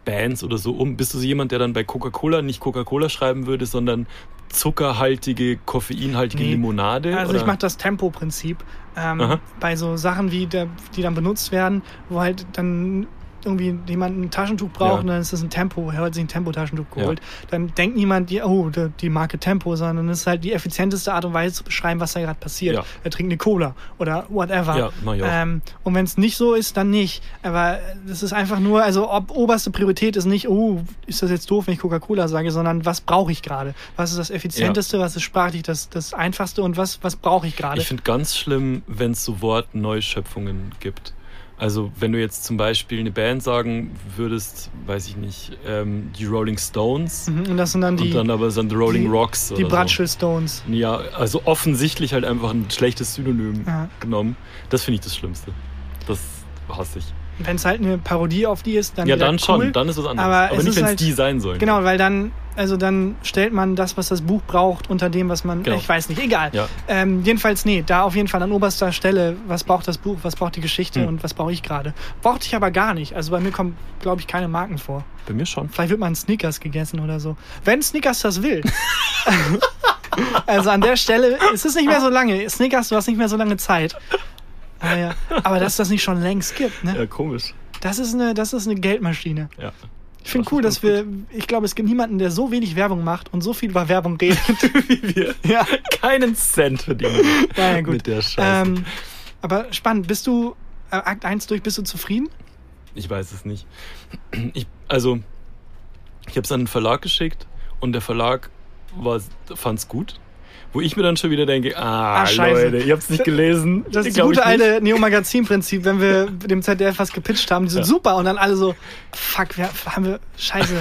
Speaker 2: Bands oder so um? Bist du so jemand, der dann bei Coca-Cola nicht Coca-Cola schreiben würde, sondern zuckerhaltige, koffeinhaltige
Speaker 1: Nee.
Speaker 2: Limonade?
Speaker 1: Also
Speaker 2: oder?
Speaker 1: ich mache das Tempo-Prinzip. Ähm,
Speaker 2: Aha.
Speaker 1: bei so Sachen, wie der, die dann benutzt werden, wo halt dann irgendwie jemand ein Taschentuch braucht
Speaker 2: Ja.
Speaker 1: und dann ist das ein Tempo, er hat sich ein Tempo-Taschentuch
Speaker 2: Ja.
Speaker 1: geholt. Dann denkt niemand, die, oh, die, die Marke Tempo, sondern es ist halt die effizienteste Art und Weise zu beschreiben, was da gerade passiert.
Speaker 2: Ja.
Speaker 1: Er trinkt eine Cola oder whatever.
Speaker 2: Ja, mach ich auch.
Speaker 1: Ähm, und wenn es nicht so ist, dann nicht. Aber das ist einfach nur, also ob oberste Priorität ist nicht, oh, ist das jetzt doof, wenn ich Coca-Cola sage, sondern was brauche ich gerade? Was ist das Effizienteste, was ist sprachlich das, das Einfachste und was, was brauche ich gerade?
Speaker 2: Ich finde ganz schlimm, wenn es so Wortneuschöpfungen gibt. Also wenn du jetzt zum Beispiel eine Band sagen würdest, weiß ich nicht, ähm, die Rolling Stones
Speaker 1: Mhm, Und das sind dann die,
Speaker 2: und dann aber sind die Rolling
Speaker 1: die-
Speaker 2: Rocks
Speaker 1: die
Speaker 2: oder
Speaker 1: Bratschel Stones.
Speaker 2: so. Ja, also offensichtlich halt einfach ein schlechtes Synonym
Speaker 1: Ja.
Speaker 2: genommen. Das finde ich das Schlimmste. Das hasse ich.
Speaker 1: Wenn es halt eine Parodie auf die ist, dann
Speaker 2: ja,
Speaker 1: wieder
Speaker 2: dann schon,
Speaker 1: cool.
Speaker 2: dann ist was anderes.
Speaker 1: aber
Speaker 2: Aber,
Speaker 1: es
Speaker 2: nicht,
Speaker 1: ist
Speaker 2: wenn es
Speaker 1: halt-
Speaker 2: die sein sollen.
Speaker 1: Genau, weil dann, also dann stellt man das, was das Buch braucht, unter dem, was man,
Speaker 2: Genau.
Speaker 1: ich weiß nicht, egal.
Speaker 2: Ja.
Speaker 1: Ähm, jedenfalls, nee, da auf jeden Fall an oberster Stelle, was braucht das Buch, was braucht die Geschichte
Speaker 2: Hm.
Speaker 1: und was brauche ich gerade. Brauchte ich aber gar nicht. Also bei mir kommen, glaube ich, keine Marken vor.
Speaker 2: Bei mir schon.
Speaker 1: Vielleicht wird mal ein Snickers gegessen oder so. Wenn Snickers das will. also an der Stelle, es ist nicht mehr so lange. Snickers, du hast nicht mehr so lange Zeit. Ah, ja. Aber dass das nicht schon längst gibt, ne?
Speaker 2: Ja, komisch.
Speaker 1: Das ist eine, das ist eine Geldmaschine.
Speaker 2: Ja.
Speaker 1: Ich finde
Speaker 2: Das
Speaker 1: cool,
Speaker 2: ist
Speaker 1: dass wir, ich glaube, es gibt niemanden, der so wenig Werbung macht und so viel über Werbung redet.
Speaker 2: Wie wir
Speaker 1: ja.
Speaker 2: keinen Cent verdienen.
Speaker 1: Naja, gut.
Speaker 2: Mit der Scheiße.
Speaker 1: Ähm, aber spannend, bist du äh, Akt 1 durch, bist du zufrieden?
Speaker 2: Ich weiß es nicht. Ich, also, ich habe es an den Verlag geschickt und der Verlag fand es gut. Wo ich mir dann schon wieder denke, ah,
Speaker 1: Ah, scheiße.
Speaker 2: Leute, ihr habt es nicht gelesen.
Speaker 1: Das ist das
Speaker 2: Glaub
Speaker 1: gute
Speaker 2: ich nicht.
Speaker 1: alte Neo-Magazin-Prinzip, wenn wir mit dem ZDF was gepitcht haben, die sind
Speaker 2: Ja.
Speaker 1: super und dann alle so, fuck, wir haben wir, scheiße.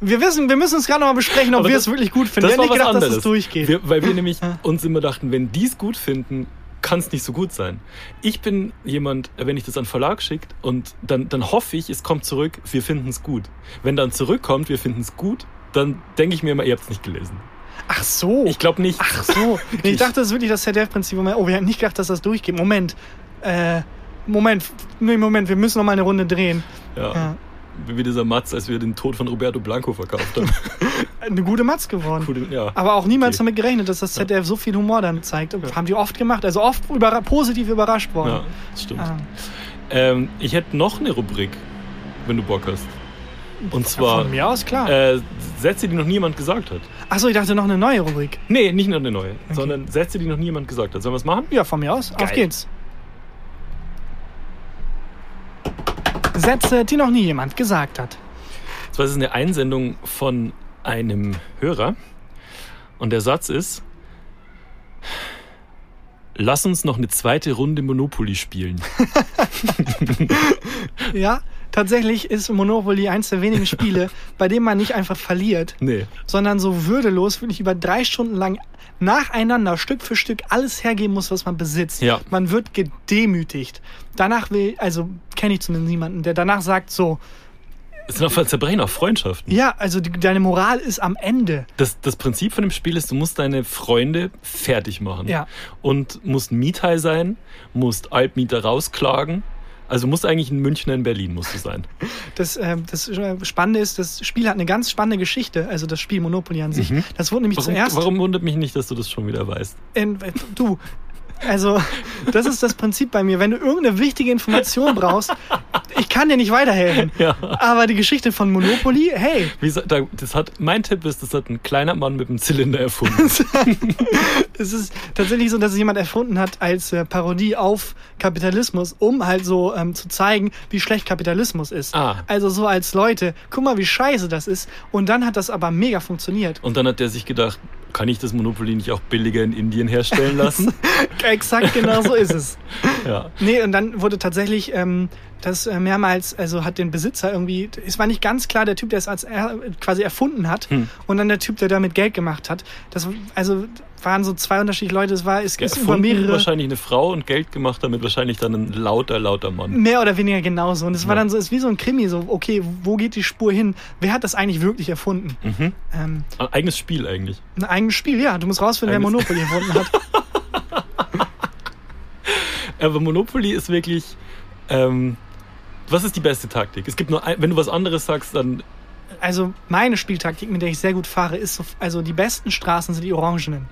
Speaker 1: Wir wissen, wir müssen uns gerade nochmal besprechen, ob
Speaker 2: Aber
Speaker 1: wir
Speaker 2: das-
Speaker 1: es wirklich gut finden.
Speaker 2: Das
Speaker 1: Wir
Speaker 2: war
Speaker 1: hätten nicht
Speaker 2: was
Speaker 1: gedacht,
Speaker 2: anderes.
Speaker 1: dass es durchgeht. Ah.
Speaker 2: Wir, weil wir nämlich uns immer dachten, wenn die es gut finden, kann es nicht so gut sein. Ich bin jemand, wenn ich das an den Verlag schickt und dann, dann hoffe ich, es kommt zurück, wir finden es gut. Wenn dann zurückkommt, wir finden es gut, dann denke ich mir immer, ihr habt es nicht gelesen.
Speaker 1: Ach so.
Speaker 2: Ich glaube nicht.
Speaker 1: Ach so. Nee, ich
Speaker 2: Wirklich?
Speaker 1: dachte, das ist wirklich das ZDF-Prinzip. Moment, Oh, wir hätten nicht gedacht, dass das durchgeht. Moment. Äh, Moment. Nee, Moment, wir müssen nochmal eine Runde drehen.
Speaker 2: ja.
Speaker 1: Ja.
Speaker 2: Wie dieser Matz, als wir den Tod von Roberto Blanco verkauft haben.
Speaker 1: Eine gute Matz geworden.
Speaker 2: Cool, ja.
Speaker 1: Aber auch niemals
Speaker 2: Okay.
Speaker 1: damit gerechnet, dass das ZDF so viel Humor dann zeigt. Haben die oft gemacht. Also oft überra positiv überrascht
Speaker 2: ja,
Speaker 1: worden.
Speaker 2: das stimmt.
Speaker 1: Ah.
Speaker 2: Ähm, ich hätte noch eine Rubrik, wenn du Bock hast. Und zwar,
Speaker 1: Von mir aus, klar.
Speaker 2: äh, Sätze, die noch niemand gesagt hat.
Speaker 1: Achso, ich dachte noch eine neue Rubrik.
Speaker 2: Nee, nicht nur eine neue, sondern Sätze, die noch niemand gesagt hat. Sollen wir es machen?
Speaker 1: Ja, von mir aus. Auf
Speaker 2: Geil.
Speaker 1: geht's. Sätze, die noch nie jemand gesagt hat.
Speaker 2: Das war eine Einsendung von einem Hörer. Und der Satz ist: Lass uns noch eine zweite Runde Monopoly spielen.
Speaker 1: Ja, tatsächlich ist Monopoly eins der wenigen Spiele, bei dem man nicht einfach verliert,
Speaker 2: Nee.
Speaker 1: sondern so würdelos wirklich über drei Stunden lang nacheinander Stück für Stück alles hergeben muss, was man besitzt.
Speaker 2: Ja.
Speaker 1: Man wird gedemütigt. Danach will, also kenne ich zumindest niemanden, der danach sagt so,
Speaker 2: Es sind auf Zerbrechen auf Freundschaften.
Speaker 1: ja, also die, deine Moral ist am Ende.
Speaker 2: Das, das Prinzip von dem Spiel ist, du musst deine Freunde fertig machen.
Speaker 1: Ja.
Speaker 2: Und musst Mieter sein, musst Altmieter rausklagen. Also musst eigentlich ein Münchner in Berlin musst du sein.
Speaker 1: Das, ähm, das äh, Spannende ist, das Spiel hat eine ganz spannende Geschichte, also das Spiel Monopoly an sich. Das wurde nämlich
Speaker 2: Mhm. Warum,
Speaker 1: zuerst...
Speaker 2: warum wundert mich nicht, dass du das schon wieder weißt?
Speaker 1: in, du, also das ist das Prinzip bei mir. Wenn du irgendeine wichtige Information brauchst, ich kann dir nicht weiterhelfen.
Speaker 2: Ja.
Speaker 1: Aber die Geschichte von Monopoly, hey,
Speaker 2: Wie gesagt, da- das hat, mein Tipp ist, das hat ein kleiner Mann mit einem Zylinder erfunden.
Speaker 1: es ist tatsächlich so, dass es jemand erfunden hat als äh, Parodie auf Kapitalismus, um halt so ähm, zu zeigen, wie schlecht Kapitalismus ist.
Speaker 2: Ah.
Speaker 1: Also so als Leute, guck mal, wie scheiße das ist. Und dann hat das aber mega funktioniert.
Speaker 2: Und dann hat der sich gedacht, Oh. kann ich das Monopoly nicht auch billiger in Indien herstellen lassen?
Speaker 1: Exakt genau so ist es.
Speaker 2: Ja.
Speaker 1: Nee, und dann wurde tatsächlich ähm, das äh, mehrmals, also hat den Besitzer irgendwie, es war nicht ganz klar, der Typ, der es als er, quasi erfunden hat
Speaker 2: Hm.
Speaker 1: und dann der Typ, der damit Geld gemacht hat. Das also waren so zwei unterschiedliche Leute, es war, es ist über
Speaker 2: Erfunden
Speaker 1: mehrere,
Speaker 2: wahrscheinlich eine Frau und Geld gemacht damit wahrscheinlich dann ein lauter, lauter Mann.
Speaker 1: mehr oder weniger genauso. Und es war
Speaker 2: Ja.
Speaker 1: dann so, es ist wie so ein Krimi, so, okay, wo geht die Spur hin? Wer hat das eigentlich wirklich erfunden?
Speaker 2: Mhm.
Speaker 1: Ähm,
Speaker 2: Ein eigenes Spiel eigentlich.
Speaker 1: ein eigenes Spiel, ja, du musst rausfinden, wer
Speaker 2: Eigenes-
Speaker 1: Monopoly erfunden hat.
Speaker 2: Aber Monopoly ist wirklich. Ähm, was ist die beste Taktik? Es gibt nur ein, wenn du was anderes sagst, dann
Speaker 1: Also meine Spieltaktik, mit der ich sehr gut fahre, ist, so, also die besten Straßen sind die Orangenen.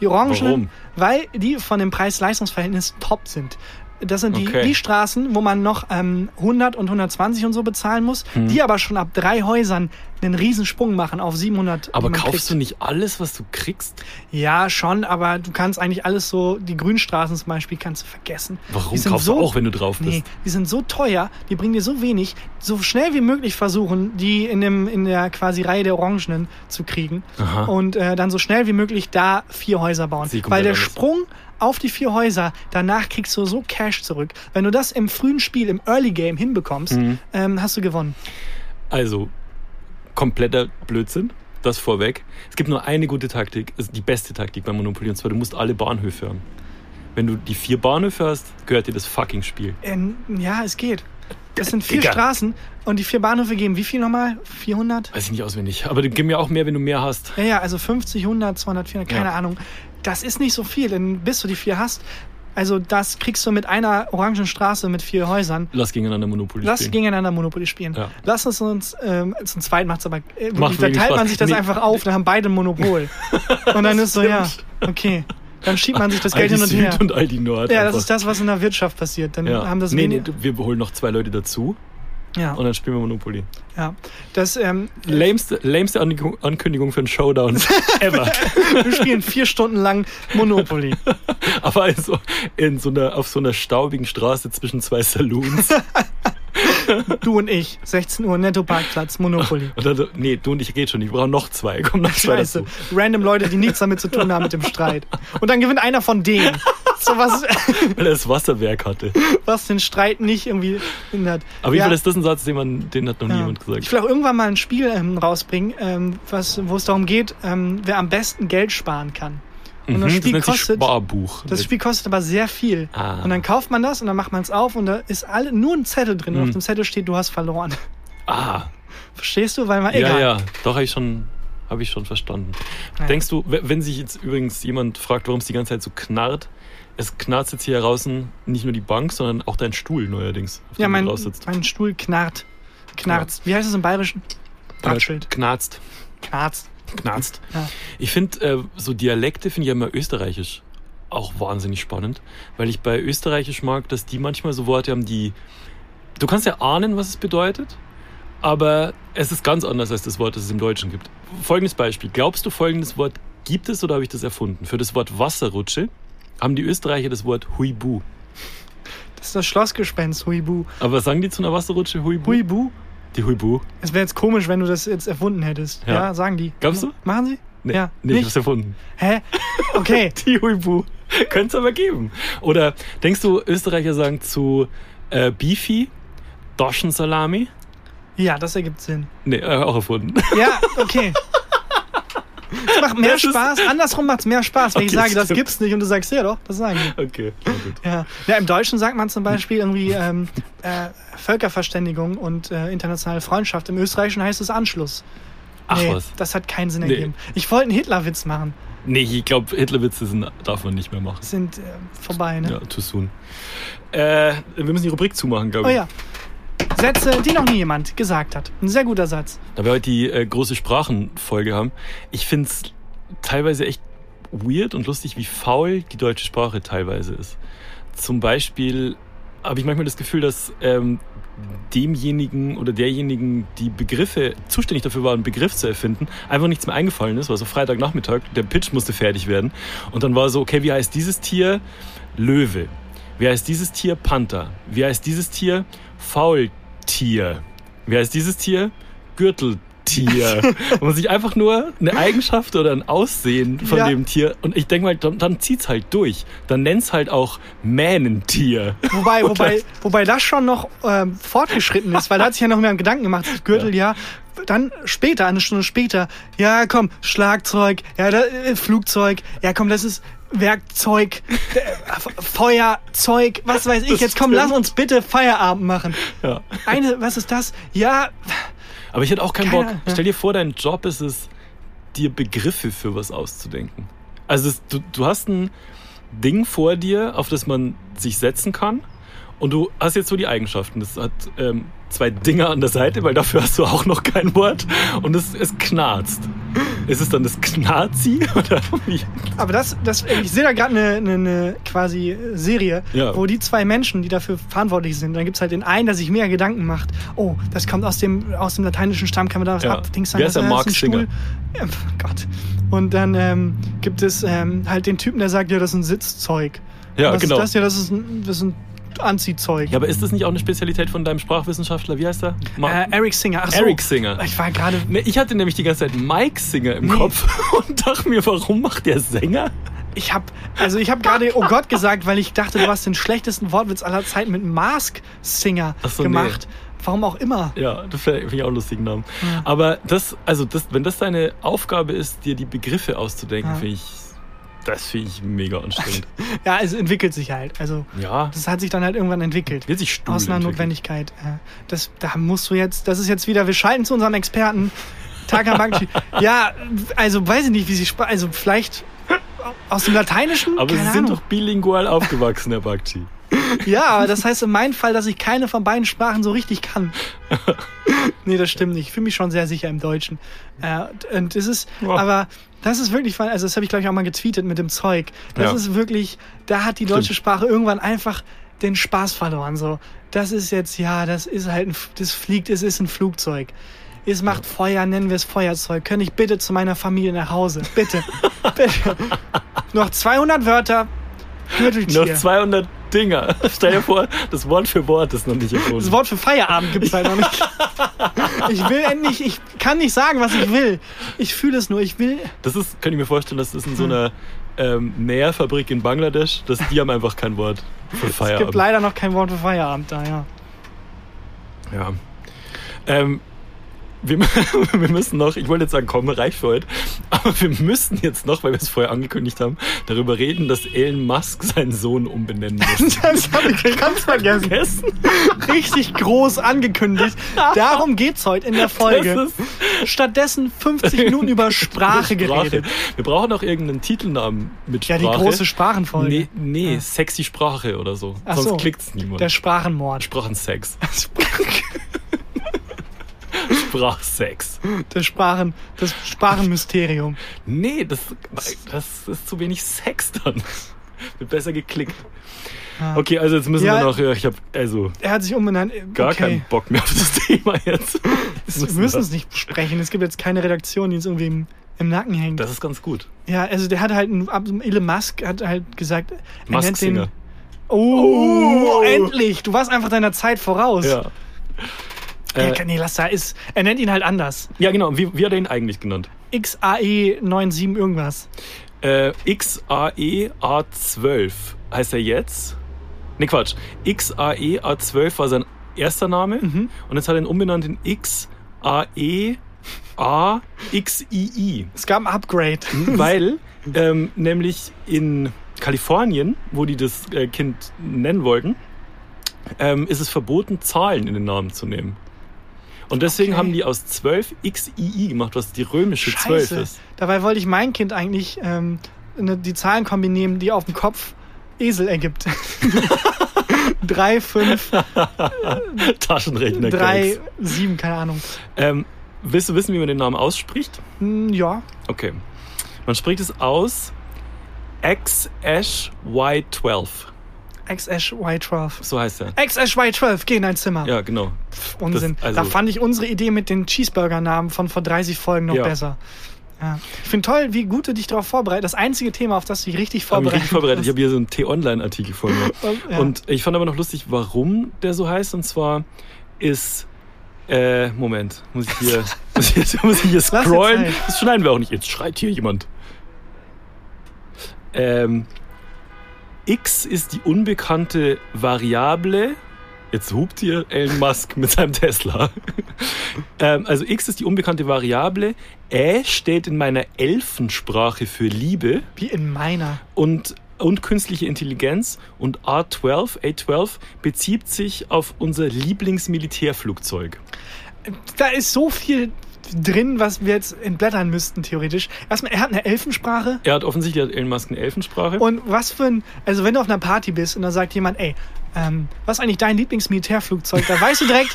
Speaker 1: Die Orangenen,
Speaker 2: Warum?
Speaker 1: weil die von dem Preis-Leistungs-Verhältnis top sind. Das sind die,
Speaker 2: Okay.
Speaker 1: die Straßen, wo man noch ähm, 100 und 120 und so bezahlen muss,
Speaker 2: Hm.
Speaker 1: die aber schon ab drei Häusern einen Riesensprung machen auf 700. die
Speaker 2: Aber
Speaker 1: man
Speaker 2: kaufst
Speaker 1: kriegt.
Speaker 2: du nicht alles, was du kriegst?
Speaker 1: Ja, schon, aber du kannst eigentlich alles so, die Grünstraßen zum Beispiel, kannst du vergessen.
Speaker 2: Warum
Speaker 1: Die sind
Speaker 2: kaufst
Speaker 1: so-
Speaker 2: du auch, wenn du drauf
Speaker 1: Nee,
Speaker 2: bist?
Speaker 1: die sind so teuer, die bringen dir so wenig, so schnell wie möglich versuchen, die in, dem, in der quasi Reihe der Orangenen zu kriegen
Speaker 2: Aha.
Speaker 1: und äh, dann so schnell wie möglich da vier Häuser bauen.
Speaker 2: Sie kommt
Speaker 1: Weil der
Speaker 2: ja anders.
Speaker 1: Sprung auf die vier Häuser, danach kriegst du so Cash zurück. Wenn du das im frühen Spiel, im Early Game hinbekommst,
Speaker 2: Mhm.
Speaker 1: ähm, hast du gewonnen.
Speaker 2: Also, kompletter Blödsinn. Das vorweg. Es gibt nur eine gute Taktik, also die beste Taktik beim Monopoly, und zwar du musst alle Bahnhöfe haben. Wenn du die vier Bahnhöfe hast, gehört dir das fucking Spiel.
Speaker 1: Ähm, ja, es geht. Das sind vier
Speaker 2: Digga.
Speaker 1: Straßen und die vier Bahnhöfe geben wie viel nochmal? 400?
Speaker 2: Weiß ich nicht auswendig, aber gib mir auch mehr, wenn du mehr hast.
Speaker 1: Ja, ja, also 50, 100, 200, 400, keine
Speaker 2: Ja.
Speaker 1: Ahnung. Das ist nicht so viel, denn bis du die vier hast, also das kriegst du mit einer orangen Straße mit vier Häusern.
Speaker 2: Lass gegeneinander Monopoly
Speaker 1: Lass
Speaker 2: spielen.
Speaker 1: gegeneinander Monopoly spielen.
Speaker 2: Ja.
Speaker 1: Lass es uns, ähm, zum zweiten macht's aber, äh,
Speaker 2: Macht
Speaker 1: dann
Speaker 2: wenig
Speaker 1: teilt man
Speaker 2: Spaß.
Speaker 1: sich das
Speaker 2: Nee.
Speaker 1: einfach auf, dann haben beide Monopol. und dann ist so, ja, okay. Dann schiebt man sich das Geld
Speaker 2: Aldi
Speaker 1: hin und
Speaker 2: Süd
Speaker 1: her.
Speaker 2: und Aldi Nord.
Speaker 1: ja, das
Speaker 2: einfach.
Speaker 1: ist das, was in der Wirtschaft passiert. Dann
Speaker 2: Ja.
Speaker 1: haben das
Speaker 2: nee, nee,
Speaker 1: wenig-
Speaker 2: du- wir holen noch zwei Leute dazu
Speaker 1: ja,
Speaker 2: und dann spielen wir Monopoly.
Speaker 1: ja. Das, ähm,
Speaker 2: Lämste, lämste Ankündigung- Ankündigung für einen Showdown ever.
Speaker 1: wir spielen vier Stunden lang Monopoly.
Speaker 2: Aber also in so einer, auf so einer staubigen Straße zwischen zwei Saloons.
Speaker 1: Du und ich, 16 Uhr, Netto-Parkplatz, Monopoly.
Speaker 2: Und dann, so, nee, du und ich geht schon. Ich brauche noch zwei. Komm noch zwei
Speaker 1: Scheiße.
Speaker 2: dazu.
Speaker 1: Random Leute, die nichts damit zu tun haben mit dem Streit. Und dann gewinnt einer von denen. So was,
Speaker 2: Weil er das Wasserwerk hatte.
Speaker 1: was den Streit nicht irgendwie hindert.
Speaker 2: Auf jeden
Speaker 1: Ja,
Speaker 2: Fall ist das ein Satz, den, man, den hat noch
Speaker 1: ja.
Speaker 2: niemand gesagt.
Speaker 1: Ich will auch irgendwann mal ein Spiel ähm, rausbringen, ähm, was, wo es darum geht, ähm, wer am besten Geld sparen kann. Und das
Speaker 2: Mhm,
Speaker 1: Spiel
Speaker 2: nennt sich
Speaker 1: kostet.
Speaker 2: Sparbuch.
Speaker 1: Das Spiel kostet aber sehr viel.
Speaker 2: Ah.
Speaker 1: Und dann kauft man das und dann macht man es auf und da ist alle, nur ein Zettel drin. Und
Speaker 2: Mhm.
Speaker 1: auf dem Zettel steht, du hast verloren.
Speaker 2: ah,
Speaker 1: Verstehst du? Weil man,
Speaker 2: ja,
Speaker 1: egal.
Speaker 2: ja. Doch, habe ich schon, hab ich schon verstanden.
Speaker 1: Ja.
Speaker 2: Denkst du, we- wenn sich jetzt übrigens jemand fragt, warum es die ganze Zeit so knarrt, es knarrt jetzt hier draußen nicht nur die Bank, sondern auch dein Stuhl neuerdings, auf
Speaker 1: Ja,
Speaker 2: dem
Speaker 1: mein,
Speaker 2: du drauf sitzt.
Speaker 1: mein Stuhl knarrt. Knarzt. Wie heißt es im Bayerischen? Knarzt.
Speaker 2: Knarzt.
Speaker 1: Knarzt.
Speaker 2: Knarzt.
Speaker 1: Ja.
Speaker 2: Ich finde, äh, so Dialekte finde ich ja immer österreichisch auch wahnsinnig spannend, weil ich bei österreichisch mag, dass die manchmal so Worte haben, die. Du kannst ja ahnen, was es bedeutet, aber es ist ganz anders als das Wort, das es im Deutschen gibt. Folgendes Beispiel. Glaubst du, folgendes Wort gibt es oder habe ich das erfunden? Für das Wort Wasserrutsche haben die Österreicher das Wort Huibu.
Speaker 1: Das ist das Schlossgespenst, Huibu.
Speaker 2: Aber sagen die zu einer Wasserrutsche Huibu?
Speaker 1: Huibu?
Speaker 2: Die Huibu.
Speaker 1: Es wäre jetzt komisch, wenn du das jetzt erfunden hättest. Ja,
Speaker 2: Ja.
Speaker 1: sagen die.
Speaker 2: Glaubst du?
Speaker 1: Machen sie?
Speaker 2: Nee,
Speaker 1: Ja.
Speaker 2: nee ich
Speaker 1: Nicht?
Speaker 2: hab's erfunden.
Speaker 1: Hä? Okay.
Speaker 2: Die Huibu. Könnte es aber geben. Oder denkst du, Österreicher sagen zu äh, Beefy, Doschensalami?
Speaker 1: Ja, das ergibt Sinn.
Speaker 2: Nee, äh, auch erfunden.
Speaker 1: Ja, okay. Es macht mehr
Speaker 2: Das ist-
Speaker 1: Spaß. Andersrum macht es mehr Spaß, wenn ich
Speaker 2: Okay,
Speaker 1: sage, das
Speaker 2: stimmt.
Speaker 1: gibt's nicht und du sagst, ja doch, das sagen die.
Speaker 2: Okay, na gut.
Speaker 1: Ja. ja, im Deutschen sagt man zum Beispiel irgendwie ähm, äh, Völkerverständigung und äh, internationale Freundschaft. Im Österreichischen heißt es Anschluss.
Speaker 2: Ach
Speaker 1: nee,
Speaker 2: was.
Speaker 1: das hat keinen Sinn
Speaker 2: Nee.
Speaker 1: ergeben. Ich wollte einen Hitlerwitz machen.
Speaker 2: Nee, ich glaube, Hitlerwitze sind, darf man nicht mehr machen.
Speaker 1: Sind äh, vorbei, ne?
Speaker 2: Ja, too soon. Äh, wir müssen die Rubrik zumachen, glaube
Speaker 1: Oh
Speaker 2: ich.
Speaker 1: ja. Sätze, die noch nie jemand gesagt hat. Ein sehr guter Satz.
Speaker 2: Da wir heute die äh, große Sprachenfolge haben, ich finde es teilweise echt weird und lustig, wie faul die deutsche Sprache teilweise ist. Zum Beispiel habe ich manchmal das Gefühl, dass ähm, demjenigen oder derjenigen, die Begriffe zuständig dafür waren, einen Begriff zu erfinden, einfach nichts mehr eingefallen ist. War so Freitagnachmittag, der Pitch musste fertig werden. Und dann war so, okay, wie heißt dieses Tier? Löwe. Wie heißt dieses Tier? Panther. Wie heißt dieses Tier? Faultier. Wie heißt dieses Tier? Gürteltier. Tier. Und man sich einfach nur eine Eigenschaft oder ein Aussehen von
Speaker 1: Ja.
Speaker 2: dem Tier. Und ich denke mal, dann, dann zieht's halt durch. Dann nennt's halt auch Mähnentier.
Speaker 1: Wobei, wobei, wobei das schon noch ähm, fortgeschritten ist, weil da hat sich ja noch mehr Gedanken gemacht. Gürtel, ja. Dann später, eine Stunde später, ja komm, Schlagzeug, ja, da, äh, Flugzeug, ja komm, das ist Werkzeug, äh, F- Feuerzeug, was weiß ich.
Speaker 2: Das
Speaker 1: Jetzt komm,
Speaker 2: stimmt.
Speaker 1: lass uns bitte Feierabend machen.
Speaker 2: Ja.
Speaker 1: Eine, was ist das? Ja,
Speaker 2: Aber ich hätte auch keinen
Speaker 1: Keine
Speaker 2: Bock.
Speaker 1: Ahnung, ja.
Speaker 2: Stell dir vor, dein Job ist es, dir Begriffe für was auszudenken. Also es, du, du hast ein Ding vor dir, auf das man sich setzen kann. Und du hast jetzt so die Eigenschaften. Das hat ähm, zwei Dinger an der Seite, weil dafür hast du auch noch kein Wort. Und es, es knarzt. Ist es dann das Knarzi? Oder wie?
Speaker 1: aber das, das ich sehe da gerade eine, eine, eine ne quasi Serie,
Speaker 2: Ja.
Speaker 1: wo die zwei Menschen, die dafür verantwortlich sind, dann gibt's halt den einen, der sich mehr Gedanken macht. Oh, das kommt aus dem, aus dem lateinischen Stamm, kann man da was
Speaker 2: Ja.
Speaker 1: ab, Dings sein,
Speaker 2: Wer
Speaker 1: das
Speaker 2: ist
Speaker 1: äh,
Speaker 2: der Mark
Speaker 1: ein Stuhl.
Speaker 2: Singer?
Speaker 1: Ähm, oh Gott. Und dann ähm, gibt es ähm, halt den Typen, der sagt, ja, das ist ein Sitzzeug.
Speaker 2: Ja,
Speaker 1: was
Speaker 2: genau.
Speaker 1: Ist das? Ja, das ist ein, das ist ein Anziehzeug.
Speaker 2: Ja, aber ist das nicht auch eine Spezialität von deinem Sprachwissenschaftler? Wie heißt er? Ma-
Speaker 1: äh, Eric Singer. Ach so.
Speaker 2: Eric Singer.
Speaker 1: Ich war gerade.
Speaker 2: Ne, ich hatte nämlich die ganze Zeit Mike Singer im
Speaker 1: Nee.
Speaker 2: Kopf und dachte mir, warum macht der Sänger?
Speaker 1: Ich habe also ich habe gerade oh Gott gesagt, weil ich dachte, du hast den schlechtesten Wortwitz aller Zeiten mit Mask Singer
Speaker 2: Ach so,
Speaker 1: gemacht. Warum auch immer.
Speaker 2: Ja, das finde ich auch einen lustigen Namen. Aber das, also das, wenn das deine Aufgabe ist, dir die Begriffe auszudenken,
Speaker 1: Ja.
Speaker 2: finde ich, das finde ich mega anstrengend.
Speaker 1: Ja, es entwickelt sich halt. Also
Speaker 2: ja,
Speaker 1: das hat sich dann halt irgendwann entwickelt.
Speaker 2: wird sich Stuhl
Speaker 1: Aus einer
Speaker 2: entwickeln.
Speaker 1: Notwendigkeit. Ja. Das, da musst du jetzt, das ist jetzt wieder, wir schalten zu unserem Experten. Taka Bakshi. ja, also weiß ich nicht, wie sie, spa- also vielleicht aus dem Lateinischen?
Speaker 2: Aber
Speaker 1: Keine
Speaker 2: sie
Speaker 1: Ahnung.
Speaker 2: sind doch bilingual aufgewachsen, Herr Bakti.
Speaker 1: Ja, aber das heißt in meinem Fall, dass ich keine von beiden Sprachen so richtig kann. nee, das stimmt nicht. Ich fühle mich schon sehr sicher im Deutschen. Äh, und- und es ist,
Speaker 2: Ja.
Speaker 1: aber das ist wirklich, also das habe ich glaube ich auch mal getweetet mit dem Zeug. Das
Speaker 2: Ja.
Speaker 1: ist wirklich, da hat die deutsche
Speaker 2: Stimmt.
Speaker 1: Sprache irgendwann einfach den Spaß verloren. So, das ist jetzt, ja, das ist halt, ein, F- das fliegt, es ist ein Flugzeug. Es macht Feuer, nennen wir es Feuerzeug. Könnte ich bitte zu meiner Familie nach Hause? Bitte. bitte. Noch 200 Wörter. Gürteltier.
Speaker 2: Noch 200 Dinger. Stell dir vor, das Wort für Wort ist noch nicht erfunden.
Speaker 1: Das Wort für Feierabend gibt's halt noch nicht. Ich will endlich, ich kann nicht sagen, was ich will. Ich fühle es nur, ich will.
Speaker 2: Das ist, könnte ich mir vorstellen, das ist in so
Speaker 1: Hm.
Speaker 2: einer ähm, Nährfabrik in Bangladesch, dass die haben einfach kein Wort für
Speaker 1: Es gibt
Speaker 2: Feierabend.
Speaker 1: leider noch kein Wort für Feierabend da, ja.
Speaker 2: Ja. Ähm, wir, wir müssen noch, ich wollte jetzt sagen, komm, reicht für heute, aber wir müssen jetzt noch, weil wir es vorher angekündigt haben, darüber reden, dass Elon Musk seinen Sohn umbenennen muss.
Speaker 1: Das habe ich ganz vergessen.
Speaker 2: Vergessen?
Speaker 1: Richtig groß angekündigt. Darum geht's heute in der Folge.
Speaker 2: Das
Speaker 1: Stattdessen 50 Minuten über Sprache geredet.
Speaker 2: Wir brauchen auch irgendeinen Titelnamen mit
Speaker 1: Ja,
Speaker 2: Sprache.
Speaker 1: die große Sprachenfolge.
Speaker 2: Nee, nee sexy Sprache oder so.
Speaker 1: Ach
Speaker 2: Sonst
Speaker 1: so.
Speaker 2: klickt's niemand.
Speaker 1: Der Sprachenmord.
Speaker 2: Sprachensex. Sprachsex.
Speaker 1: Der Sprachen, das Sprachenmysterium.
Speaker 2: Nee, das, das ist zu wenig Sex dann. Wird besser geklickt.
Speaker 1: Ja.
Speaker 2: Okay, also jetzt müssen
Speaker 1: Ah. Ja.
Speaker 2: wir noch. ja, Ich habe also
Speaker 1: Er hat sich umbenannt.
Speaker 2: gar
Speaker 1: okay.
Speaker 2: keinen Bock mehr auf das Thema jetzt. Das
Speaker 1: Wir müssen es nicht besprechen. Es gibt jetzt keine Redaktion, die uns irgendwie im, im Nacken hängt.
Speaker 2: Das ist ganz gut.
Speaker 1: Ja, also der hat halt, einen- ab- Elon Musk hat halt gesagt, er
Speaker 2: Musk
Speaker 1: nennt den-
Speaker 2: Singer.
Speaker 1: Oh,
Speaker 2: Oh.
Speaker 1: endlich! Du warst einfach deiner Zeit voraus.
Speaker 2: Ja.
Speaker 1: Ja,
Speaker 2: Äh,
Speaker 1: kann- nee, lass da ist. Er nennt ihn halt anders.
Speaker 2: ja, genau. Wie, wie hat er ihn eigentlich genannt?
Speaker 1: XAE 97 irgendwas.
Speaker 2: Äh, XAE A12 heißt er jetzt. Nee, Quatsch. XAE A12 war sein erster Name.
Speaker 1: Mhm.
Speaker 2: Und jetzt hat er ihn umbenannt in E XAE AXII.
Speaker 1: Es gab ein Upgrade.
Speaker 2: Hm? Weil ähm, nämlich in Kalifornien, wo die das äh, Kind nennen wollten, ähm, ist es verboten, Zahlen in den Namen zu nehmen. Und deswegen
Speaker 1: Okay.
Speaker 2: haben die aus 12 XII gemacht, was die römische 12
Speaker 1: Scheiße.
Speaker 2: ist.
Speaker 1: Dabei wollte ich mein Kind eigentlich ähm, ne, die Zahlen kombinieren, die auf dem Kopf Esel ergibt. Drei, fünf,
Speaker 2: Taschenrechner.
Speaker 1: drei, sieben, keine Ahnung.
Speaker 2: Ähm, willst du wissen, wie man den Namen ausspricht?
Speaker 1: Hm, ja.
Speaker 2: Okay. Man spricht es aus XSY12.
Speaker 1: XSY12.
Speaker 2: So heißt er.
Speaker 1: XSY12, geh in dein Zimmer.
Speaker 2: Ja, genau.
Speaker 1: Pff, Unsinn.
Speaker 2: Das- also-
Speaker 1: da fand ich unsere Idee mit den Cheeseburger-Namen von vor 30 Folgen noch
Speaker 2: Ja.
Speaker 1: besser. Ja. Ich finde toll, wie gut du dich darauf vorbereitest. Das einzige Thema, auf das du dich richtig
Speaker 2: Ich habe mich
Speaker 1: vorbereitet
Speaker 2: richtig vorbereitet. Ich
Speaker 1: hast.
Speaker 2: habe hier so einen T-Online-Artikel vor mir.
Speaker 1: Ja.
Speaker 2: Und ich fand aber noch lustig, warum der so heißt. Und zwar ist Äh, Moment. Muss ich hier, muss ich, jetzt- muss ich hier
Speaker 1: jetzt
Speaker 2: scrollen?
Speaker 1: sein.
Speaker 2: Das schneiden wir auch nicht. Jetzt schreit hier jemand. Ähm, X ist die unbekannte Variable. Jetzt hupt hier Elon Musk mit seinem Tesla. ähm, also X ist die unbekannte Variable. Ä steht in meiner Elfensprache für Liebe
Speaker 1: Wie in meiner.
Speaker 2: und, und künstliche Intelligenz und A12, A12 bezieht sich auf unser Lieblingsmilitärflugzeug.
Speaker 1: Da ist so viel drin, was wir jetzt entblättern müssten, theoretisch. Erstmal, er hat eine Elfensprache.
Speaker 2: Er hat offensichtlich hat Elon Musk eine Elfensprache.
Speaker 1: Und was für ein. Also, wenn du auf einer Party bist und da sagt jemand, ey, ähm, was ist eigentlich dein Lieblingsmilitärflugzeug? Da weißt du direkt.